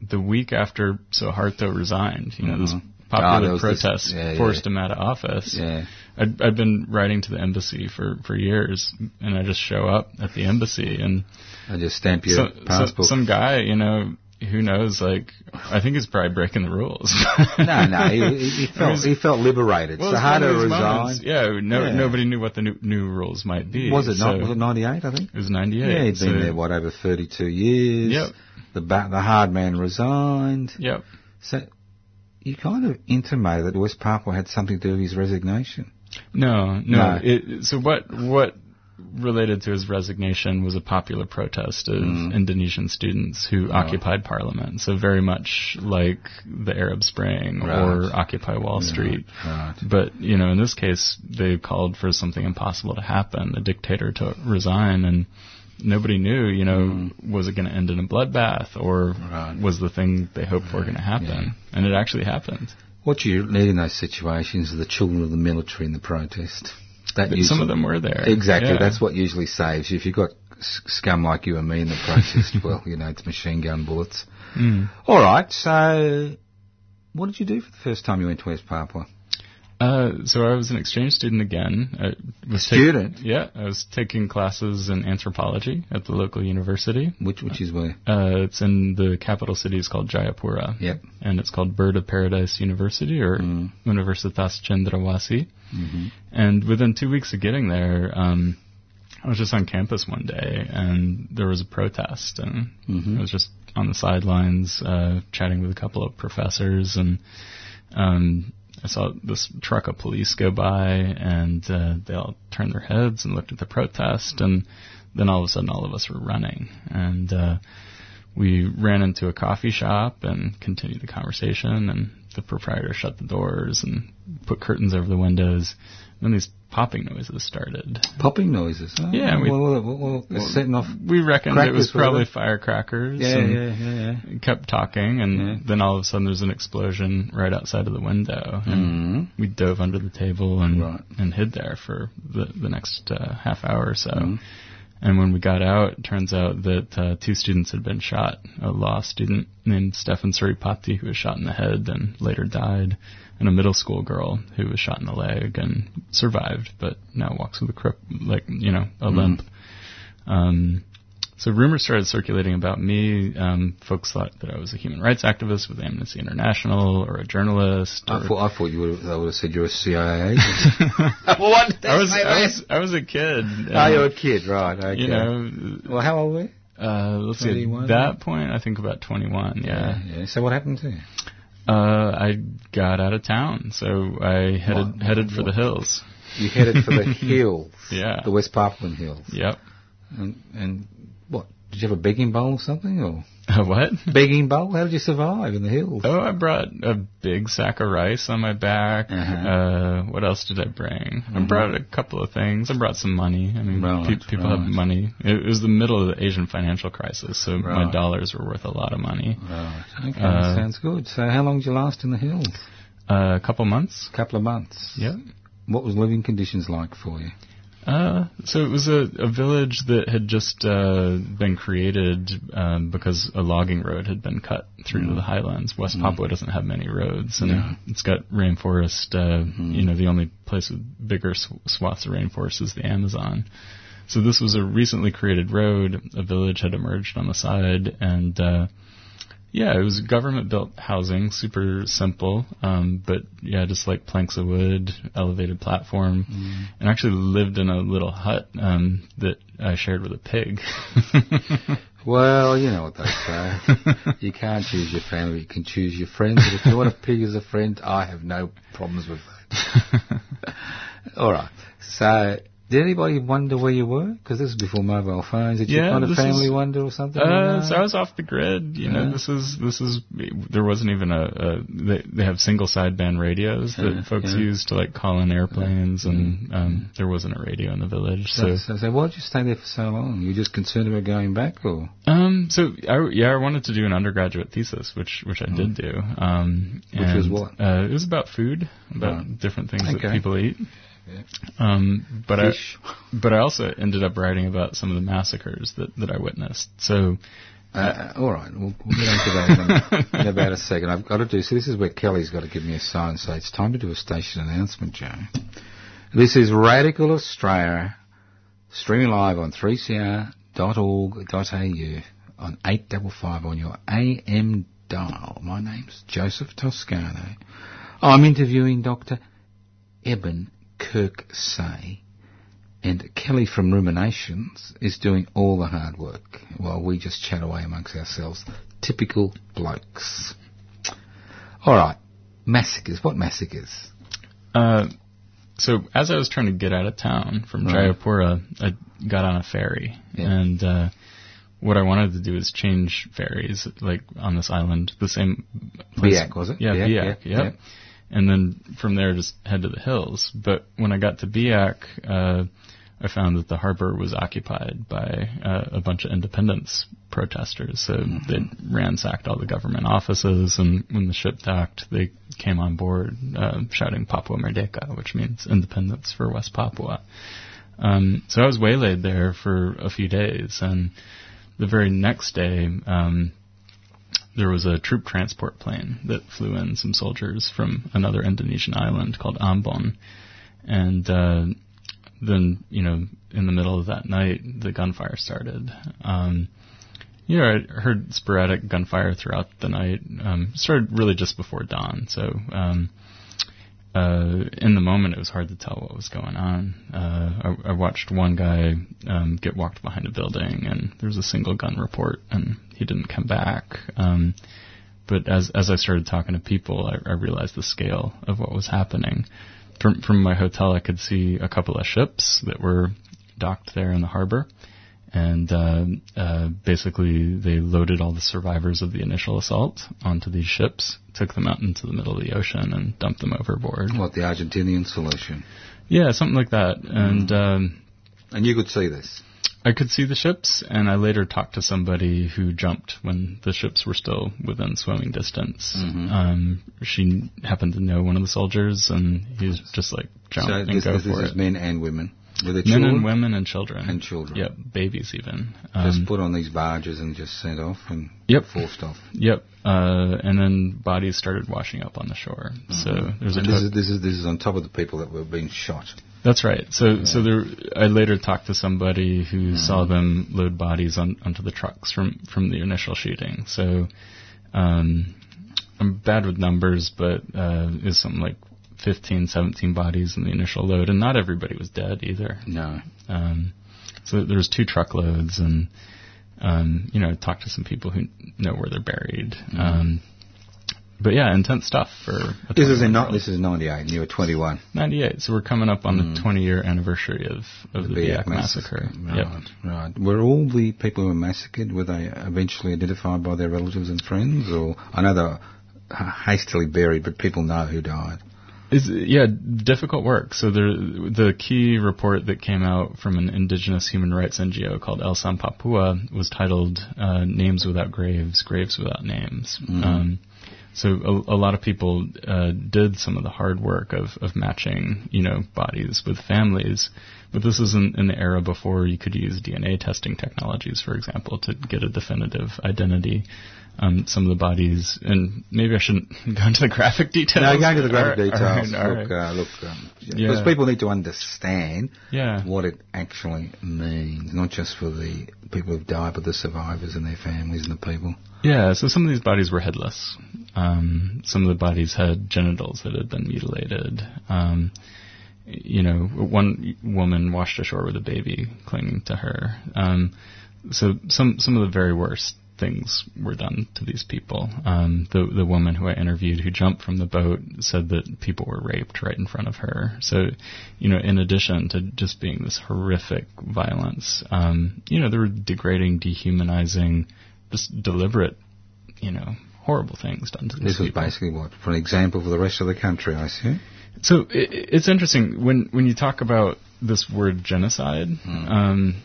S3: the week after Suharto resigned, you know, this
S1: Mhm. Ah, there
S3: popular
S1: was this-
S3: protest
S1: yeah, yeah,
S3: forced him out of office.
S1: Yeah.
S3: I'd, I'd been writing to the embassy for, for years, and I just show up at the embassy, and
S1: I just stamp your
S3: so, so,
S1: passport.
S3: some guy, you know, who knows, like, I think he's probably breaking the rules.
S1: no, no. He, he- <laughs> he
S3: <laughs> I
S1: felt
S3: was-
S1: he felt liberated.
S3: well,
S1: so
S3: it's one
S1: hard
S3: of
S1: to
S3: those
S1: resign.
S3: moments- Yeah, no,
S1: Yeah.
S3: nobody knew what the new, new rules might be.
S1: Was it not?
S3: so-
S1: Was it ninety eight? I think.
S3: It was 98.
S1: Yeah, he'd
S3: so-
S1: been there what over thirty two years.
S3: Yep.
S1: The ba- the hard man resigned.
S3: Yep.
S1: So you kind of intimated that West Papua had something to do with his resignation.
S3: No,
S1: No.
S3: no. It, so what what related to his resignation was a popular protest of
S1: Mm.
S3: Indonesian students who occupied Parliament. So very much like the Arab Spring
S1: Right.
S3: or Occupy Wall Street.
S1: Right.
S3: But you know, in this case, they called for something impossible to happen, the dictator to resign, and nobody knew. You know, was it going to end in a bloodbath or
S1: Mm. Right.
S3: was the thing they hoped were going to happen? And it actually happened.
S1: What you need in those situations are the children of the military in the protest. That
S3: But some of them were there.
S1: Exactly.
S3: Yeah.
S1: That's what usually saves you. If you've got s- scum like you and me in the protest, <laughs> well, you know, it's machine gun bullets.
S3: Mm.
S1: All right. So, what did you do for the first time you went to West Papua?
S3: Uh, so I was an exchange student again. I was ta-
S1: Student?
S3: yeah, I was taking classes in anthropology at the local university.
S1: Which which is where?
S3: Uh, it's in the capital city. It's called Jayapura.
S1: Yep. Mm.
S3: And it's called Bird of Paradise University or Universitas Cendrawasih. And within two weeks of getting there, um, I was just on campus one day and there was a protest and I was just on the sidelines uh, chatting with a couple of professors and um, I saw this truck of police go by and uh, they all turned their heads and looked at the protest and then all of a sudden all of us were running and uh, we ran into a coffee shop and continued the conversation and the proprietor shut the doors and put curtains over the windows and then these popping noises started
S1: Popping noises. Oh,
S3: Yeah, we-
S1: well, well, well, well, it's setting off.
S3: we reckoned it was
S1: Crackers, wasn't
S3: probably
S1: it?
S3: firecrackers
S1: Yeah,
S3: and
S1: yeah, yeah, yeah.
S3: kept talking and
S1: Yeah.
S3: then all of a sudden there's an explosion right outside of the window and
S1: Mhm.
S3: we dove under the table and
S1: Right.
S3: and hid there for the, the next uh, half hour or so
S1: Mhm.
S3: and when we got out it turns out that uh, two students had been shot a law student named Stefan Suripati who was shot in the head and later died and a middle school girl who was shot in the leg and survived but now walks with a crip, like you know a
S1: Mm-hmm.
S3: limp um, so rumors started circulating about me. Um, folks thought that I was a human rights activist with Amnesty International or a journalist. Or,
S1: I thought, I thought you would have, I would have said you're a CIA.
S3: <laughs> what? I was,
S1: Hey,
S3: I
S1: man.
S3: was, I was a kid.
S1: oh,
S3: and,
S1: you're a kid, right? Okay.
S3: you know,
S1: Well, how old were you?
S3: uh, let's see.
S1: 21?
S3: At that point, I think about 21. Yeah.
S1: yeah. So what happened to you?
S3: Uh, I got out of town, so I headed
S1: What?
S3: headed for the hills.
S1: You headed for
S3: <laughs>
S1: the hills.
S3: Yeah.
S1: The West Parkland Hills.
S3: Yep. <laughs>
S1: And, and what? Did you have a begging bowl or something? Or
S3: what?
S1: begging bowl? How did you survive in the hills?
S3: Oh, I brought a big sack of rice on my back.
S1: Uh-huh.
S3: Uh, what else did I bring? I
S1: Mhm.
S3: brought a couple of things. I brought some money. I mean,
S1: Right,
S3: pe- people
S1: right.
S3: have money. It was the middle of the Asian financial crisis, so
S1: Right.
S3: my dollars were worth a lot of money.
S1: Right. Okay.
S3: Uh,
S1: sounds good. So how long did you last in the hills?
S3: Uh, a couple months.
S1: A couple of months.
S3: Yep.
S1: What was living conditions like for you?
S3: Uh, so it was a, a village that had just uh, been created um, because a logging road had been cut through to the highlands. West Papua doesn't have many roads, and
S1: No.
S3: it's got rainforest. Uh, You know, the only place with bigger sw- swaths of rainforest is the Amazon. So this was a recently created road. A village had emerged on the side, and uh, yeah, it was government built housing, super simple, um, but yeah, just like planks of wood, elevated platform,
S1: Mm-hmm.
S3: and I actually lived in a little hut um, that I shared with
S1: <laughs>
S3: a pig. Uh,
S1: Well, you know what they
S3: <laughs>
S1: say. you can't choose your family, you can choose your friends. But if you want a pig as a friend, I have no problems with that.
S3: <laughs>
S1: All right. So, did anybody wonder where you were? Because this is before mobile phones. Did
S3: Yeah,
S1: you find a
S3: this
S1: family
S3: is-
S1: wonder or something?
S3: Uh,
S1: No?
S3: so I was off the grid. You know,
S1: Oh, Yeah.
S3: this is this is there wasn't even a, a they, they have single sideband radios that
S1: Yeah,
S3: folks
S1: yeah. Mm-hmm.
S3: use to like call in airplanes, and um, there wasn't a radio in the village.
S1: so, so, so why did you stay there for so long? You just concerned about going back, or
S3: Um, so I, yeah, I wanted to do an undergraduate thesis, which which I did do. Um,
S1: Which
S3: and,
S1: was what?
S3: Uh, it was about food, about
S1: Right.
S3: different things
S1: Okay.
S3: that people eat.
S1: Yeah.
S3: Um, but
S1: Fish.
S3: I, but I also ended up writing about some of the massacres that that I witnessed. So
S1: Uh, Uh, all right, we'll, we'll get onto that in, in about a second. I've got to do. So this is where Kelly's got to give me a sign. So it's time to do a station announcement, Joe. This is Radical Australia, streaming live on 3cr.org.au on 855 on your AM dial. My name's Joseph Toscano. I'm interviewing Dr. Eben Kirksey. And Kelly from Ruminations is doing all the hard work while we just chat away amongst ourselves. Typical blokes. All right. Massacres. What massacres?
S3: Uh, so as I was trying to get out of town from
S1: Right.
S3: Jayapura, I got on a ferry,
S1: Yeah.
S3: and uh, what I wanted to do is change ferries, like on this island, the same place.
S1: Biak, was it?
S3: Yeah,
S1: Biak,
S3: Biak,
S1: yeah,
S3: yep.
S1: yeah.
S3: And then from there, just head to the hills. But when I got to Biak, uh, I found that the harbor was occupied by uh, a bunch of independence protesters. So
S1: Mm-hmm.
S3: they ransacked all the government offices, and when the ship docked, they came on board uh, shouting Papua Merdeka, which means independence for West Papua. Um, so I was waylaid there for a few days, and the very next day, um, there was a troop transport plane that flew in some soldiers from another Indonesian island called Ambon, and uh, then you know in the middle of that night the gunfire started. Um, you know, I heard sporadic gunfire throughout the night. Um, it started really just before dawn, so um, uh, in the moment, it was hard to tell what was going on. Uh, I, I watched one guy um, get walked behind a building, and there was a single gun report, and he didn't come back. Um, but as as I started talking to people, I, I realized the scale of what was happening. From from my hotel, I could see a couple of ships that were docked there in the harbor, and uh, uh, basically they loaded all the survivors of the initial assault onto these ships, took them out into the middle of the ocean, and dumped them overboard.
S1: What the Argentinian solution?
S3: Yeah, something like that. And um,
S1: And you could see this.
S3: I could see the ships, and I later talked to somebody who jumped when the ships were still within swimming distance.
S1: Mm-hmm.
S3: Um, she happened to know one of the soldiers, and he was just like, jump
S1: so
S3: and
S1: this,
S3: go
S1: this,
S3: for
S1: this is
S3: it.
S1: men and women. With
S3: Men and women and children.
S1: And children.
S3: Yep, babies even.
S1: Just
S3: Um,
S1: put on these barges and just sent off and
S3: Yep.
S1: forced off.
S3: Yep. Uh, and then bodies started washing up on the shore. So there's
S1: Mm-hmm.
S3: a
S1: And this
S3: to-
S1: is, this, is, this is on top of the people that were being shot.
S3: That's right. So so there, I later talked to somebody who
S1: Hmm.
S3: saw them load bodies on, onto the trucks from from the initial shooting. So um, I'm bad with numbers, but uh, it was something like 15, 17 bodies in the initial load, and not everybody was dead either.
S1: No.
S3: Um, so there was two truckloads, and um, you know, talked to some people who know where they're buried.
S1: Hmm.
S3: Um, but yeah, intense stuff for a
S1: This is in
S3: 21
S1: not. This is 98 and you were 21.
S3: 98. So we're coming up on the 20 year anniversary of, of Mm. the,
S1: Biak
S3: Biak massacre. Yep.
S1: Right, right. Were all the people who were massacred, were they eventually identified by their relatives and friends? Or I know they were h- hastily buried, but people know who died.
S3: It's, yeah, difficult work. So there, the key report that came out from an indigenous human rights NGO called El San Papua was titled uh, "Names Without Graves, Graves Without Names." Um, so a, a lot of people uh, did some of the hard work of, of matching, you know, bodies with families. But this is in, in the era before you could use DNA testing technologies, for example, to get a definitive identity. Um, some of the bodies, and maybe I shouldn't <laughs> go into the graphic details.
S1: No, going to the graphic
S3: All right, all right,
S1: details.
S3: all
S1: look,
S3: right.
S1: uh, look, um,
S3: Yeah.
S1: because people need to understand
S3: Yeah.
S1: what it actually means, not just for the people who've died, but the survivors and their families and the people.
S3: Yeah, so some of these bodies were headless. Um, some of the bodies had genitals that had been mutilated. Um, you know, one woman washed ashore with a baby clinging to her. Um, so some some of the very worst things were done to these people. Um, the the woman who I interviewed who jumped from the boat said that people were raped right in front of her. So, you know, in addition to just being this horrific violence, um, you know, they were degrading, dehumanizing, just deliberate, you know, horrible things done to these
S1: This was
S3: people.
S1: basically what, for an example for the rest of the country, I assume.
S3: So i- i it's interesting when when you talk about this word genocide. Um,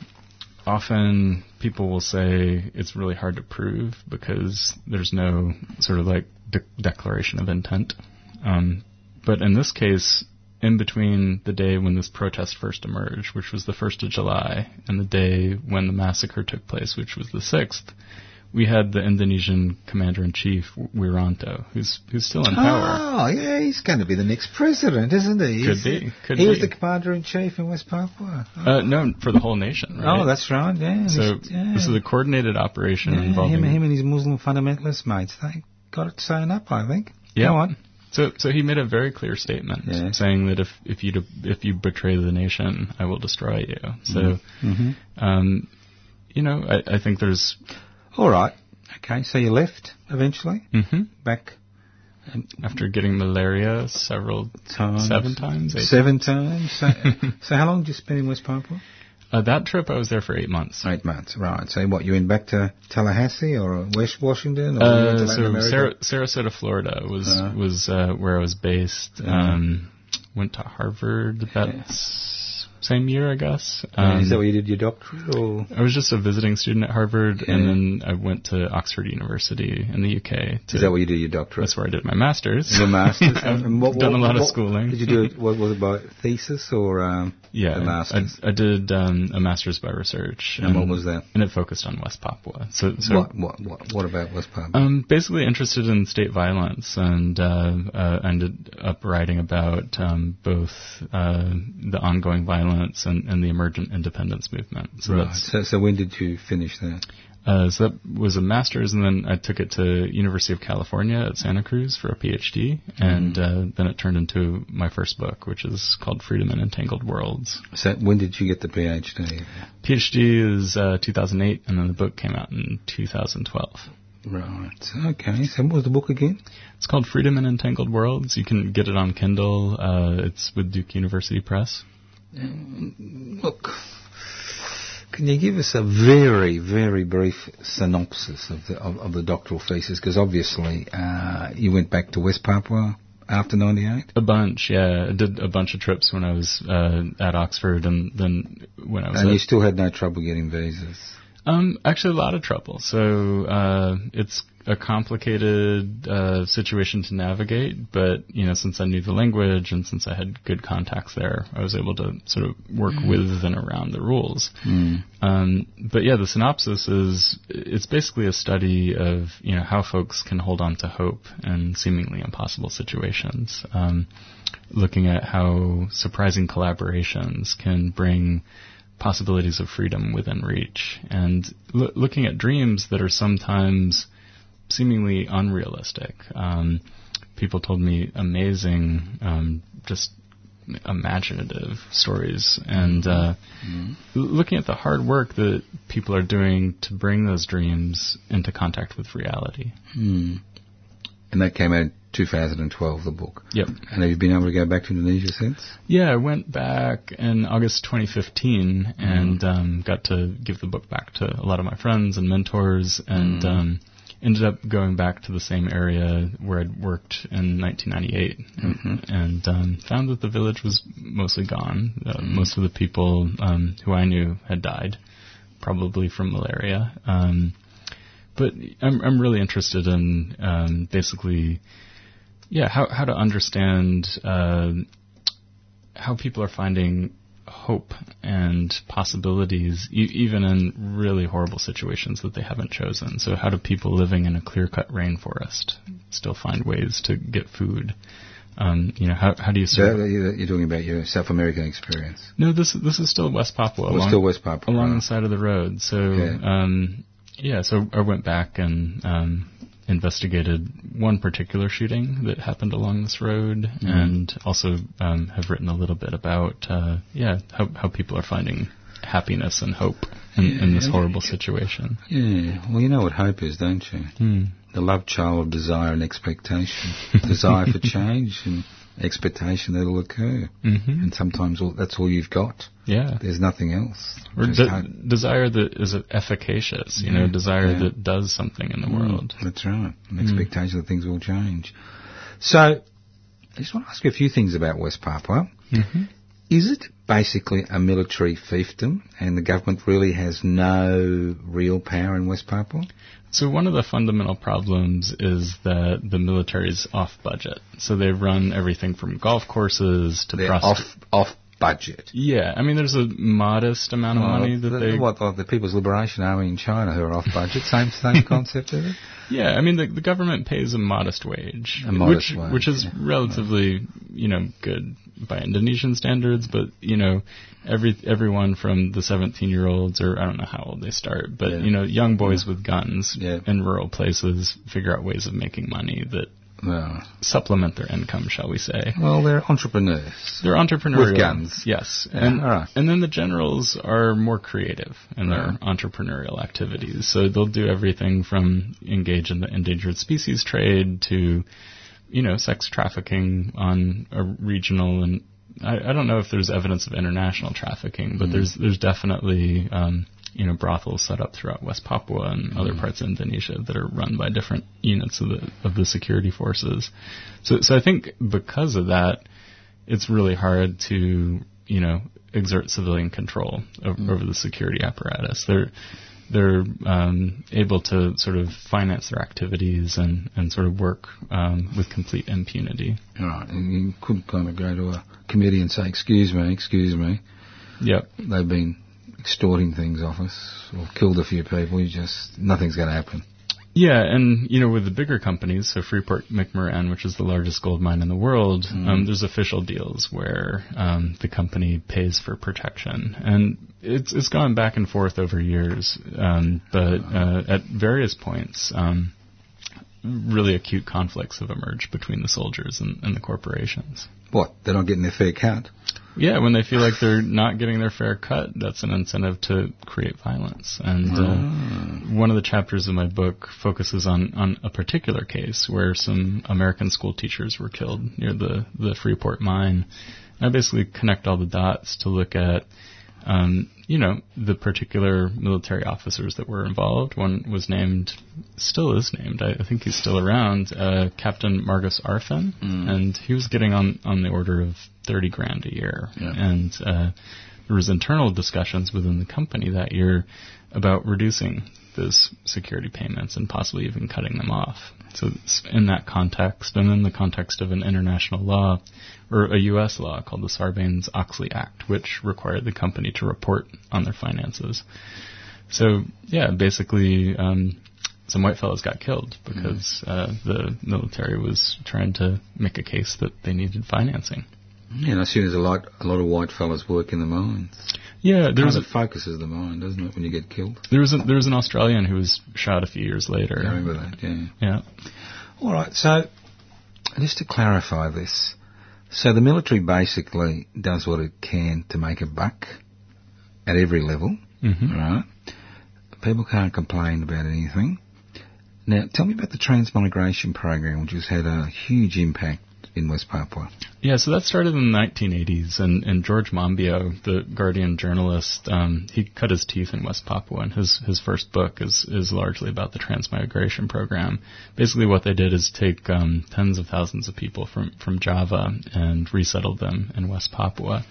S3: often people will say it's really hard to prove because there's no sort of like de- declaration of intent. Um, but in this case, in between the day when this protest first emerged, which was the first of July, and the day when the massacre took place, which was the sixth. We had the Indonesian commander in chief Wiranto, who's who's still in power.
S1: Oh, yeah, he's going to be the next president, isn't he?
S3: Could
S1: He's-
S3: be, could
S1: he was
S3: be.
S1: the commander in chief in West Papua.
S3: Uh, no, for the whole nation, right?
S1: Oh, that's right. Yeah.
S3: so.
S1: He's- yeah.
S3: This is a coordinated operation
S1: yeah,
S3: involving
S1: him, him and his Muslim fundamentalist mates. They got it sewn up, I think.
S3: Yeah.
S1: Go on.
S3: So, so he made a very clear statement
S1: Yeah.
S3: saying that if if you de- if you betray the nation, I will destroy you. So,
S1: Mhm.
S3: um, you know, I, I think there's.
S1: All right. Okay. So you left eventually
S3: hmm
S1: back
S3: After getting malaria several
S1: times.
S3: seven times, eight-
S1: Seven times. So, <laughs> so how long did you spend in West Papua?
S3: Uh, that trip I was there for eight months.
S1: Eight months. Right. So what? You went back to Tallahassee or West Washington or you went to Latin
S3: Uh, so
S1: America?
S3: Sar- Sarasota, Florida was
S1: Uh-huh.
S3: was uh, where I was based. Um, went to Harvard that s- same year, I guess. Um,
S1: Uh, Is that where you did your doctorate or?
S3: I was just a visiting student at Harvard,
S1: Yeah.
S3: and then I went to Oxford University in the UK. To,
S1: Is that where you did your doctorate?
S3: that's where I did my master's.
S1: Your master's.
S3: <laughs> I've
S1: And what-
S3: done a
S1: what-
S3: lot of
S1: what-
S3: schooling.
S1: Did you do it? What was it by thesis or um,
S3: Yeah,
S1: the master's?
S3: I, I did um, a master's by research.
S1: And what was that?
S3: And it focused on West Papua. So, so
S1: what, what what what about West Palm?
S3: Um, basically interested in state violence and uh, uh, ended up writing about um, both uh, the ongoing violence and, and the emergent independence movement. So
S1: right.
S3: that's
S1: So so when did you finish that?
S3: Uh, so that was a master's, and then I took it to University of California at Santa Cruz for a PhD, and uh, then it turned into my first book, which is called Freedom in Entangled Worlds.
S1: So when did you get the PhD?
S3: PhD is uh, 2008, and then the book came out in 2012.
S1: Right. Okay. So what was the book again?
S3: It's called Freedom in Entangled Worlds. You can get it on Kindle. Uh, it's with Duke University Press.
S1: Look, can you give us a very, very brief synopsis of the of, of the doctoral thesis? Because obviously, uh, you went back to West Papua after '98.
S3: A bunch, yeah. I did a bunch of trips when I was uh, at Oxford, and then when I was
S1: And
S3: at
S1: you still had no trouble getting visas.
S3: Um, actually, a lot of trouble. So uh, it's a complicated uh, situation to navigate, but you know, since I knew the language and since I had good contacts there, I was able to sort of work with and around the rules. Um, but yeah, the synopsis is it's basically a study of you know how folks can hold on to hope in seemingly impossible situations. Um, looking at how surprising collaborations can bring possibilities of freedom within reach and loo- looking at dreams that are sometimes seemingly unrealistic. Um, people told me amazing, um, just imaginative stories and uh, l- looking at the hard work that people are doing to bring those dreams into contact with reality.
S1: Hmm. And that came out in 2012, the book.
S3: Yep.
S1: And have you been able to go back to Indonesia since?
S3: Yeah, I went back in August 2015 and um, got to give the book back to a lot of my friends and mentors, and um, ended up going back to the same area where I'd worked in 1998, and, and um, found that the village was mostly gone. Uh, Most of the people um, who I knew had died, probably from malaria. Um, but I'm I'm really interested in um, basically, yeah, how how to understand. Uh, how people are finding hope and possibilities, e- even in really horrible situations that they haven't chosen. So, how do people living in a clear-cut rainforest still find ways to get food? Um, you know, how how do you
S1: So
S3: survive?
S1: that- you're you're talking about your South American experience.
S3: No, this this is still West Papua.
S1: Well, it's still West Papua,
S3: along
S1: right.
S3: the side of the road. So,
S1: Okay.
S3: um, yeah. So I went back and um, investigated one particular shooting that happened along this road,
S1: Mm-hmm.
S3: and also um, have written a little bit about uh, yeah how how people are finding happiness and hope in, in this horrible situation.
S1: Yeah, well, you know what hope is, don't you?
S3: Hmm.
S1: Mm. The love child of desire and expectation. <laughs> desire for change and expectation that will occur.
S3: Mm-hmm.
S1: And sometimes all, that's all you've got.
S3: Yeah.
S1: There's nothing else.
S3: Or
S1: Just
S3: de-
S1: hope.
S3: desire that is efficacious, you know,
S1: Yeah,
S3: desire
S1: yeah. Mm-hmm.
S3: that does something in the world.
S1: That's right. An
S3: Hmm.
S1: expectation that things will change. So, I just want to ask you a few things about West Papua.
S3: Mm-hmm.
S1: Is it basically a military fiefdom and the government really has no real power in West Papua?
S3: So one of the fundamental problems is that the military's off budget. So they run everything from golf courses to
S1: They're
S3: prosti-
S1: off, off budget.
S3: Yeah, I mean there's a modest amount of money
S1: Well,
S3: that
S1: Uh, the,
S3: they
S1: what, like the People's Liberation Army in China who are off
S3: <laughs>
S1: budget. Same same concept, is it?
S3: Yeah, I mean the, the government pays a modest wage,
S1: A modest
S3: which
S1: wage,
S3: which is
S1: yeah.
S3: relatively, you know, good by Indonesian standards, but you know, every everyone from the 17-year-olds or I don't know how old they start, but
S1: Yeah.
S3: you know, young boys with guns
S1: Yeah.
S3: in rural places figure out ways of making money that
S1: Well,
S3: supplement their income, shall we say.
S1: well, they're entrepreneurs.
S3: They're entrepreneurial.
S1: With guns. uh,
S3: Yes.
S1: Yeah,
S3: And,
S1: all right.
S3: and then the generals are more creative in their entrepreneurial activities. So they'll do everything from engage in the endangered species trade to, you know, sex trafficking on a regional and I, I don't know if there's evidence of international trafficking,
S1: Mm.
S3: but there's there's definitely um, you know brothels set up throughout West Papua and
S1: Mm.
S3: other parts of Indonesia that are run by different units of the of the security forces. So so I think because of that, it's really hard to you know exert civilian control over, over the security apparatus. They're they're um, able to sort of finance their activities and, and sort of work um, with complete impunity.
S1: All right, and you couldn't kind of go to a committee and say, excuse me, excuse me,
S3: Yep.
S1: they've been extorting things off us or killed a few people. You just, nothing's going to happen.
S3: Yeah, and you know, with the bigger companies, so Freeport McMoran, which is the largest gold mine in the world, um, there's official deals where um, the company pays for protection, and it's it's gone back and forth over years, um, but uh, at various points. Um, Really acute conflicts have emerged between the soldiers and, and the corporations.
S1: What? They're not getting their fair cut.
S3: Yeah, when they feel like they're not getting their fair cut, that's an incentive to create violence. And uh, one of the chapters of my book focuses on, on a particular case where some American school teachers were killed near the, the Freeport mine. And I basically connect all the dots to look at, um, you know, the particular military officers that were involved. One was named, still is named, I, I think he's still around, uh, Captain Margus Arfin, and he was getting on, on the order of 30 grand a year.
S1: Yeah.
S3: And uh, there was internal discussions within the company that year about reducing those security payments and possibly even cutting them off. So it's in that context, and in the context of an international law or a U.S. law called the Sarbanes-Oxley Act, which required the company to report on their finances. So yeah, basically, um, some white fellows got killed because uh, the military was trying to make a case that they needed financing.
S1: Yeah, and I assume there's a lot, a lot of white fellas work in the mines.
S3: Yeah, there
S1: Kind
S3: was
S1: of
S3: a,
S1: focuses the mind, doesn't it, when you get killed?
S3: there was a, there was an Australian who was shot a few years later.
S1: I remember that, yeah.
S3: Yeah.
S1: All right, so just to clarify this, so the military basically does what it can to make a buck at every level,
S3: hmm
S1: right? People can't complain about anything. Now, tell me about the transmigration program, which has had a huge impact in West Papua.
S3: Yeah, so that started in the 1980s, and, and George Mombio, the Guardian journalist, um, he cut his teeth in West Papua, and his, his first book is, is largely about the transmigration program. Basically, what they did is take um, tens of thousands of people from, from Java and resettled them in West Papua.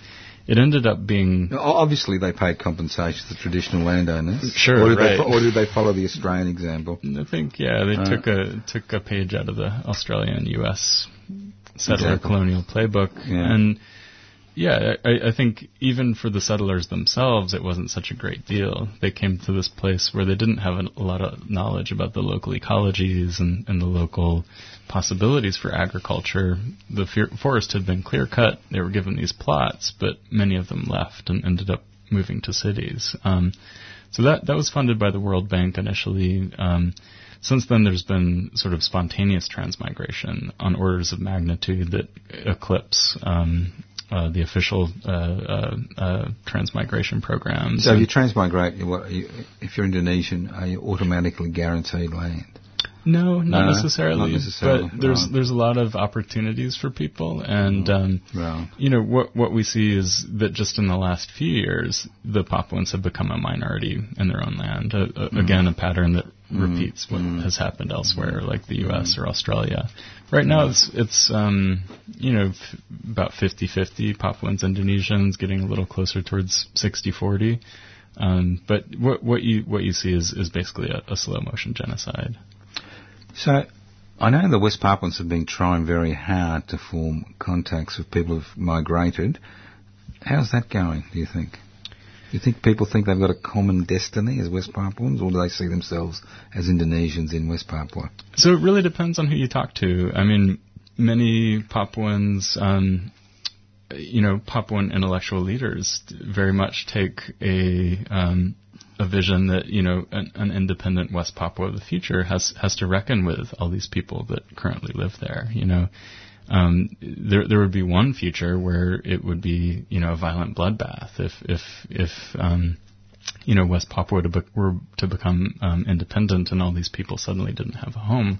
S3: It ended up being
S1: Now, o- obviously, they paid compensation to the traditional landowners.
S3: Sure,
S1: or did, they,
S3: right.
S1: fo- or did they follow the Australian example?
S3: I think yeah, they
S1: Uh,
S3: took a took a page out of the Australian U.S. settler
S1: Exactly.
S3: colonial playbook,
S1: Yeah.
S3: and yeah, I, I think even for the settlers themselves, it wasn't such a great deal. They came to this place where they didn't have a lot of knowledge about the local ecologies and, and the local possibilities for agriculture. The fe- forest had been clear cut. They were given these plots, but many of them left and ended up moving to cities. Um, so that that was funded by the World Bank initially. Um, since then, there's been sort of spontaneous transmigration on orders of magnitude that eclipse um, uh, the official uh, uh, uh, transmigration programs.
S1: So if you transmigrate, you- what- you- if you're Indonesian, are you automatically guaranteed land?
S3: no, not
S1: No,
S3: necessarily.
S1: not necessarily,
S3: But there's
S1: right.
S3: there's a lot of opportunities for people, and um,
S1: Right.
S3: you know what what we see is that just in the last few years, the Papuans have become a minority in their own land. Uh, uh, Again, a pattern that repeats what has happened elsewhere, like the U.S. or Australia. Right now, it's it's um, you know f- about 50-50 Papuans Indonesians, getting a little closer towards 60-40. Um, but what what you what you see is is basically a, a slow motion genocide.
S1: So, I know the West Papuans have been trying very hard to form contacts with people who've migrated. How's that going, do you think? Do you think people think they've got a common destiny as West Papuans, or do they see themselves as Indonesians in West Papua?
S3: So it really depends on who you talk to. I mean, many Papuans, um, you know, Papuan intellectual leaders very much take a um, a vision that you know an, an independent West Papua of the future has has to reckon with all these people that currently live there. You know, um, there there would be one future where it would be you know a violent bloodbath if if if um, you know, West Papua to be- were to become um, independent, and all these people suddenly didn't have a home.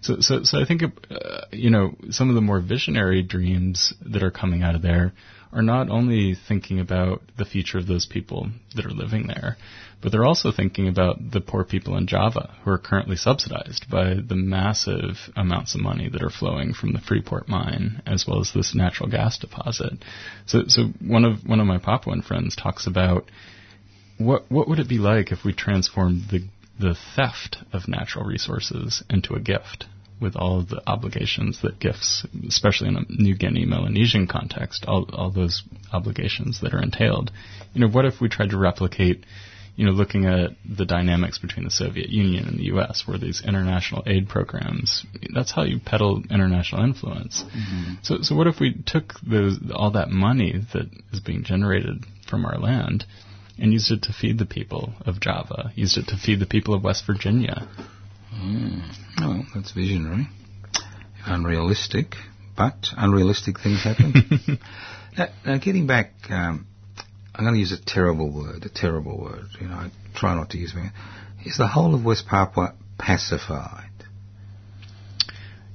S3: So, so, so I think uh, you know some of the more visionary dreams that are coming out of there are not only thinking about the future of those people that are living there, but they're also thinking about the poor people in Java who are currently subsidized by the massive amounts of money that are flowing from the Freeport mine as well as this natural gas deposit. So, so one of one of my Papuan friends talks about what what would it be like if we transformed the the theft of natural resources into a gift with all of the obligations that gifts, especially in a New Guinea Melanesian context, all all those obligations that are entailed. You know, what if we tried to replicate you know, looking at the dynamics between the Soviet Union and the U.S., where these international aid programs, that's how you peddle international influence. Mm-hmm. So, so what if we took those, all that money that is being generated from our land and used it to feed the people of Java, used it to feed the people of West Virginia?
S1: Mm. Well, that's visionary, unrealistic, but unrealistic things
S3: <laughs>
S1: happen. now, now, getting back, um, I'm going to use a terrible word, a terrible word. You know, I try not to use it. Is the whole of West Papua pacified?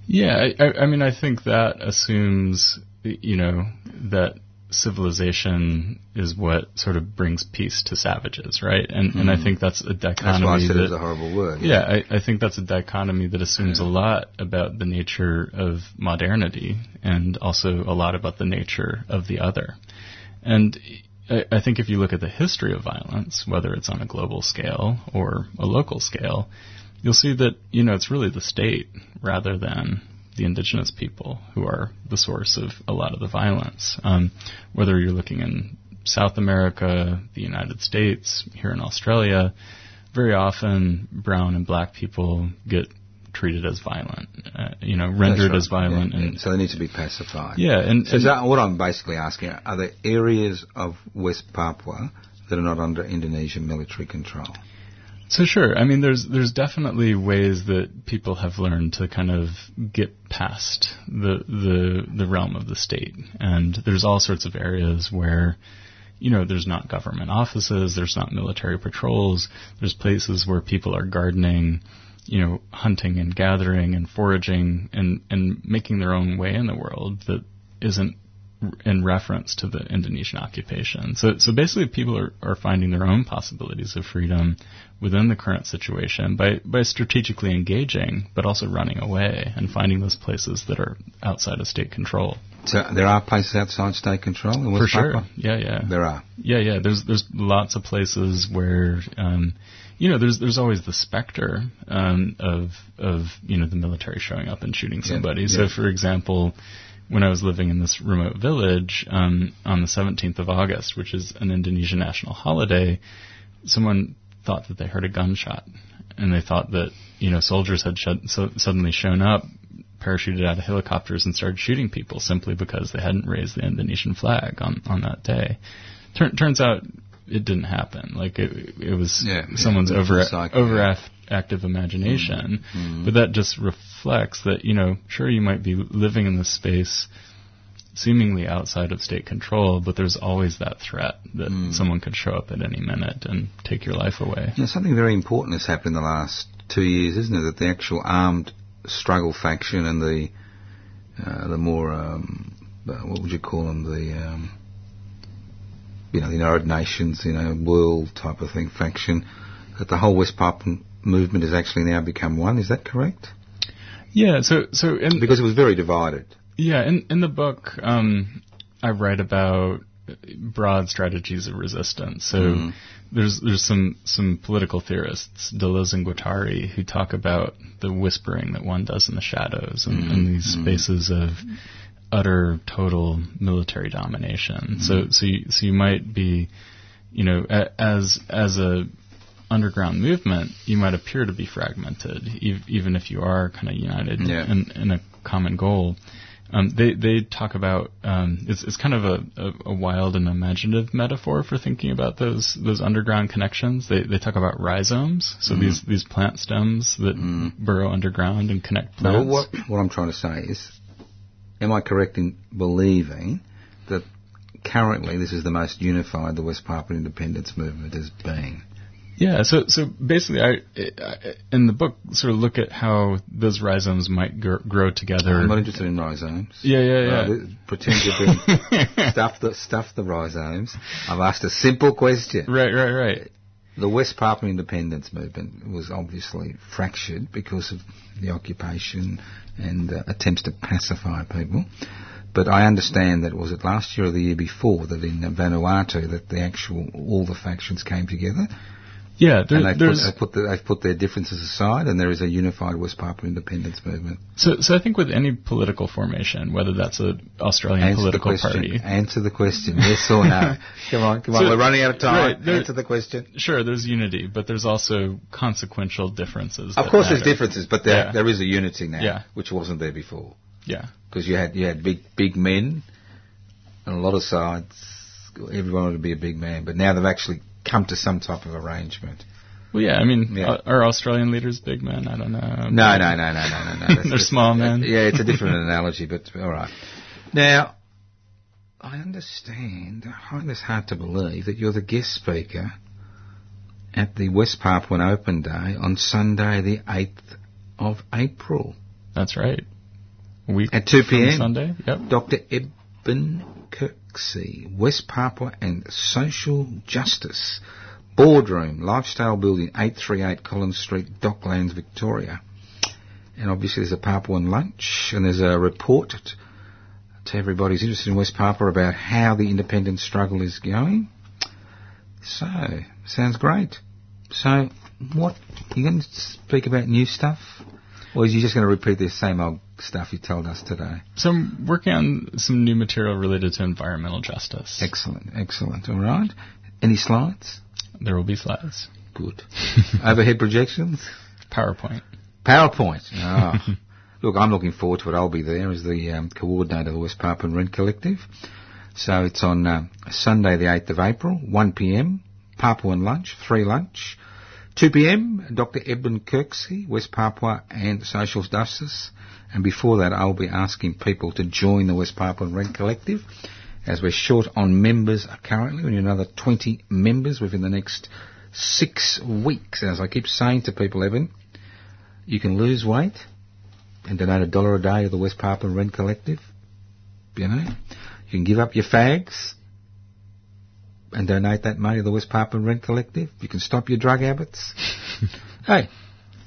S3: Yeah, I, I mean, I think that assumes, you know, that civilization is what sort of brings peace to savages, right? And mm-hmm. and I think that's a dichotomy.
S1: That's why I said
S3: that,
S1: it was a horrible word.
S3: Yeah, I, I think that's a dichotomy that assumes yeah. a lot about the nature of modernity and also a lot about the nature of the other. And I, I think if you look at the history of violence, whether it's on a global scale or a local scale, you'll see that you know it's really the state rather than the indigenous people who are the source of a lot of the violence. Um, whether you're looking in South America, the United States, here in Australia, very often brown and black people get treated as violent, uh, you know, rendered right. as violent.
S1: Yeah,
S3: and yeah.
S1: So they need to be pacified.
S3: Yeah. And,
S1: so that, what I'm basically asking are there areas of West Papua that are not under Indonesian military control?
S3: So sure, I mean, there's there's definitely ways that people have learned to kind of get past the the the realm of the state, and there's all sorts of areas where, you know, there's not government offices, there's not military patrols, there's places where people are gardening, you know, hunting and gathering and foraging and and making their own way in the world that isn't in reference to the Indonesian occupation. So, so basically, people are, are finding their own possibilities of freedom within the current situation by, by strategically engaging, but also running away and finding those places that are outside of state control.
S1: So there are places outside state control in
S3: West For sure.
S1: Papua?
S3: Yeah, yeah.
S1: There are.
S3: Yeah, yeah. There's there's lots of places where, um, you know, there's there's always the specter um, of of you know the military showing up and shooting somebody. Yeah, yeah. So, for example when I was living in this remote village um, on the 17th of August, which is an Indonesian national holiday, someone thought that they heard a gunshot, and they thought that you know soldiers had sh- so suddenly shown up, parachuted out of helicopters, and started shooting people simply because they hadn't raised the Indonesian flag on on that day. Tur- turns out it didn't happen. Like it, it was yeah, someone's yeah, over cycle, over yeah. active imagination. Mm-hmm. But that just reflects that you know, sure you might be living in this space seemingly outside of state control, but there's always that threat that mm. someone could show up at any minute and take your life away.
S1: Yeah, something very important has happened in the last two years, isn't it? That the actual armed struggle faction and the uh, the more um, what would you call them the um, you know, the United Nations, you know, world type of thing faction, that the whole West Papua movement has actually now become one. Is that correct?
S3: Yeah. So, so in,
S1: because it was very divided.
S3: Yeah. In in the book, um, I write about broad strategies of resistance. So
S1: Hmm.
S3: mm. there's there's some some political theorists, Deleuze and Guattari, who talk about the whispering that one does in the shadows and, mm. and these spaces of utter total military domination. Mm-hmm. So so you, so you might be, you know, a, as as a underground movement, you might appear to be fragmented, ev- even if you are kind of united yeah. in, in a common goal. Um, they they talk about um, it's it's kind of a, a, a, wild and imaginative metaphor for thinking about those those underground connections. They they talk about rhizomes, so
S1: Mm.
S3: mm-hmm. these these plant stems that mm-hmm. burrow underground and connect plants.
S1: Now, Mm. what what I'm trying to say is am I correct in believing that currently this is the most unified the West Papua independence movement has been?
S3: Yeah, so so basically, I, I, in the book sort of look at how those rhizomes might gr- grow together.
S1: I'm not interested in rhizomes.
S3: Yeah, yeah, yeah. Uh,
S1: pretend you're
S3: <laughs>
S1: doing stuff the stuff the rhizomes. I've asked a simple question.
S3: Right, right, right.
S1: The West Papua independence movement was obviously fractured because of the occupation and uh, attempts to pacify people. But I understand that was it last year or the year before that in Vanuatu that the actual all the factions came together.
S3: Yeah, there,
S1: and they've put,
S3: there's
S1: they've, put the, they've put their differences aside, and there is a unified West Papua independence movement.
S3: so so. I think with any political formation, whether that's a Australian political
S1: the question.
S3: party,
S1: Answer the question. Yes or
S3: <laughs>
S1: no? come on, come on.
S3: So-
S1: We're running out of time.
S3: Right, there-
S1: Answer the question.
S3: sure, there's unity, but there's also consequential differences.
S1: Of
S3: that
S1: course, there's
S3: matter.
S1: differences, but there
S3: Yeah.
S1: there is a unity now,
S3: Yeah.
S1: which wasn't there before.
S3: Yeah,
S1: Because you had you had big big men, and a lot of sides. Everyone wanted to be a big man, but now they've actually come to some type of arrangement.
S3: well, yeah. I mean,
S1: Yeah.
S3: are- are Australian leaders big men? I don't know.
S1: No, no, no, no, no, no, no.
S3: <laughs>
S1: That's
S3: They're
S1: just-
S3: small men.
S1: Yeah, it's a
S3: <laughs>
S1: different analogy, but all right. Now, I understand. I find this hard to believe that you're the guest speaker at the West Papuan Open Day on Sunday, the eighth of April
S3: That's right. A week
S1: at two
S3: from
S1: p.m.
S3: Sunday. Yep.
S1: Dr. Eben Kirksey, West Papua and Social Justice, Boardroom, Lifestyle Building, 838 Collins Street, Docklands, Victoria. And obviously there's a Papuan lunch and there's a report t- to everybody who's interested in West Papua about how the independence struggle is going. So, sounds great. So, what, you going to speak about new stuff? Or are you just going to repeat the same old stuff you told us today?
S3: So I'm working on some new material related to environmental justice.
S1: Excellent, excellent. All right. Any slides?
S3: There will be slides.
S1: Good. <laughs> Overhead projections?
S3: PowerPoint.
S1: PowerPoint. Ah. <laughs> Look, I'm looking forward to it. I'll be there as the um, coordinator of the West Papuan Rent Collective. So it's on uh, Sunday, the 8th of April, 1 p.m. Papuan lunch, free lunch. 2 p.m. Dr. Eben Kirksey, West Papua and Social Justice. And before that, I'll be asking people to join the West Papuan Rent Collective as we're short on members currently. We need another 20 members within the next six weeks. As I keep saying to people, Evan, you can lose weight and donate a dollar a day to the West Papuan Rent Collective. You know, you can give up your fags and donate that money to the West Papuan Rent Collective. You can stop your drug habits. hey,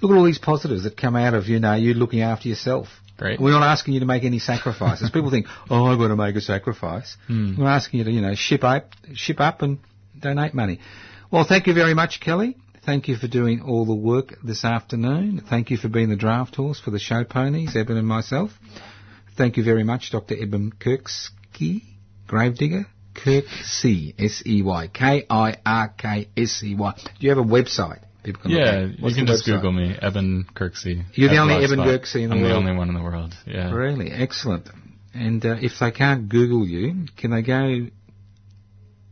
S1: look at all these positives that come out of you know you looking after yourself.
S3: Great.
S1: We're not asking you to make any sacrifices. People think, oh, I've got to make a sacrifice.
S3: Hmm.
S1: We're asking you to, you know, ship up, ship up and donate money. Well, thank you very much, Kelly. Thank you for doing all the work this afternoon. Thank you for being the draft horse for the show ponies, Eben and myself. Thank you very much, Dr. Eben Kirksky, Gravedigger. Kirksey, E S-E-Y, K-I-R-K-S-E-Y. E Do you have a website? People look
S3: yeah,
S1: at?
S3: you
S1: What's
S3: can
S1: the
S3: just
S1: website?
S3: Google me, Eben Kirksey.
S1: You're the
S3: at
S1: only Eben
S3: Blogspot.
S1: Kirksey in the
S3: I'm
S1: world.
S3: the only one in the world. Yeah.
S1: Really excellent. And uh, if they can't Google you, can they go?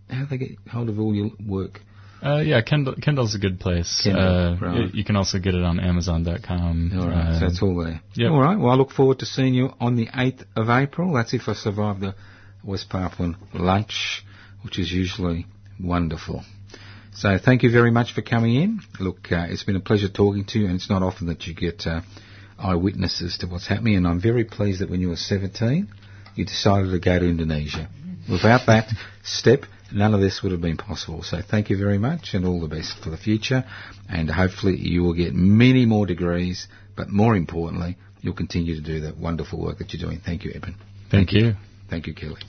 S1: How do they get hold of all your work?
S3: Uh, yeah, Kindle, Kindle's a good place.
S1: Kindle,
S3: uh,
S1: right.
S3: y- You can also get it on Amazon.com.
S1: All right,
S3: Uh,
S1: so that's all there.
S3: yep.
S1: All right. Well, I look forward to seeing you on the eighth of April. That's if I survive the West Papuan lunch, which is usually wonderful. So thank you very much for coming in. Look, uh, it's been a pleasure talking to you, and it's not often that you get uh, eyewitnesses to what's happening. And I'm very pleased that when you were 17, you decided to go to Indonesia. Without that step, none of this would have been possible. So thank you very much and all the best for the future. And hopefully you will get many more degrees, but more importantly, you'll continue to do the wonderful work that you're doing. Thank you, Eben.
S3: Thank you.
S1: Thank you, Kelly.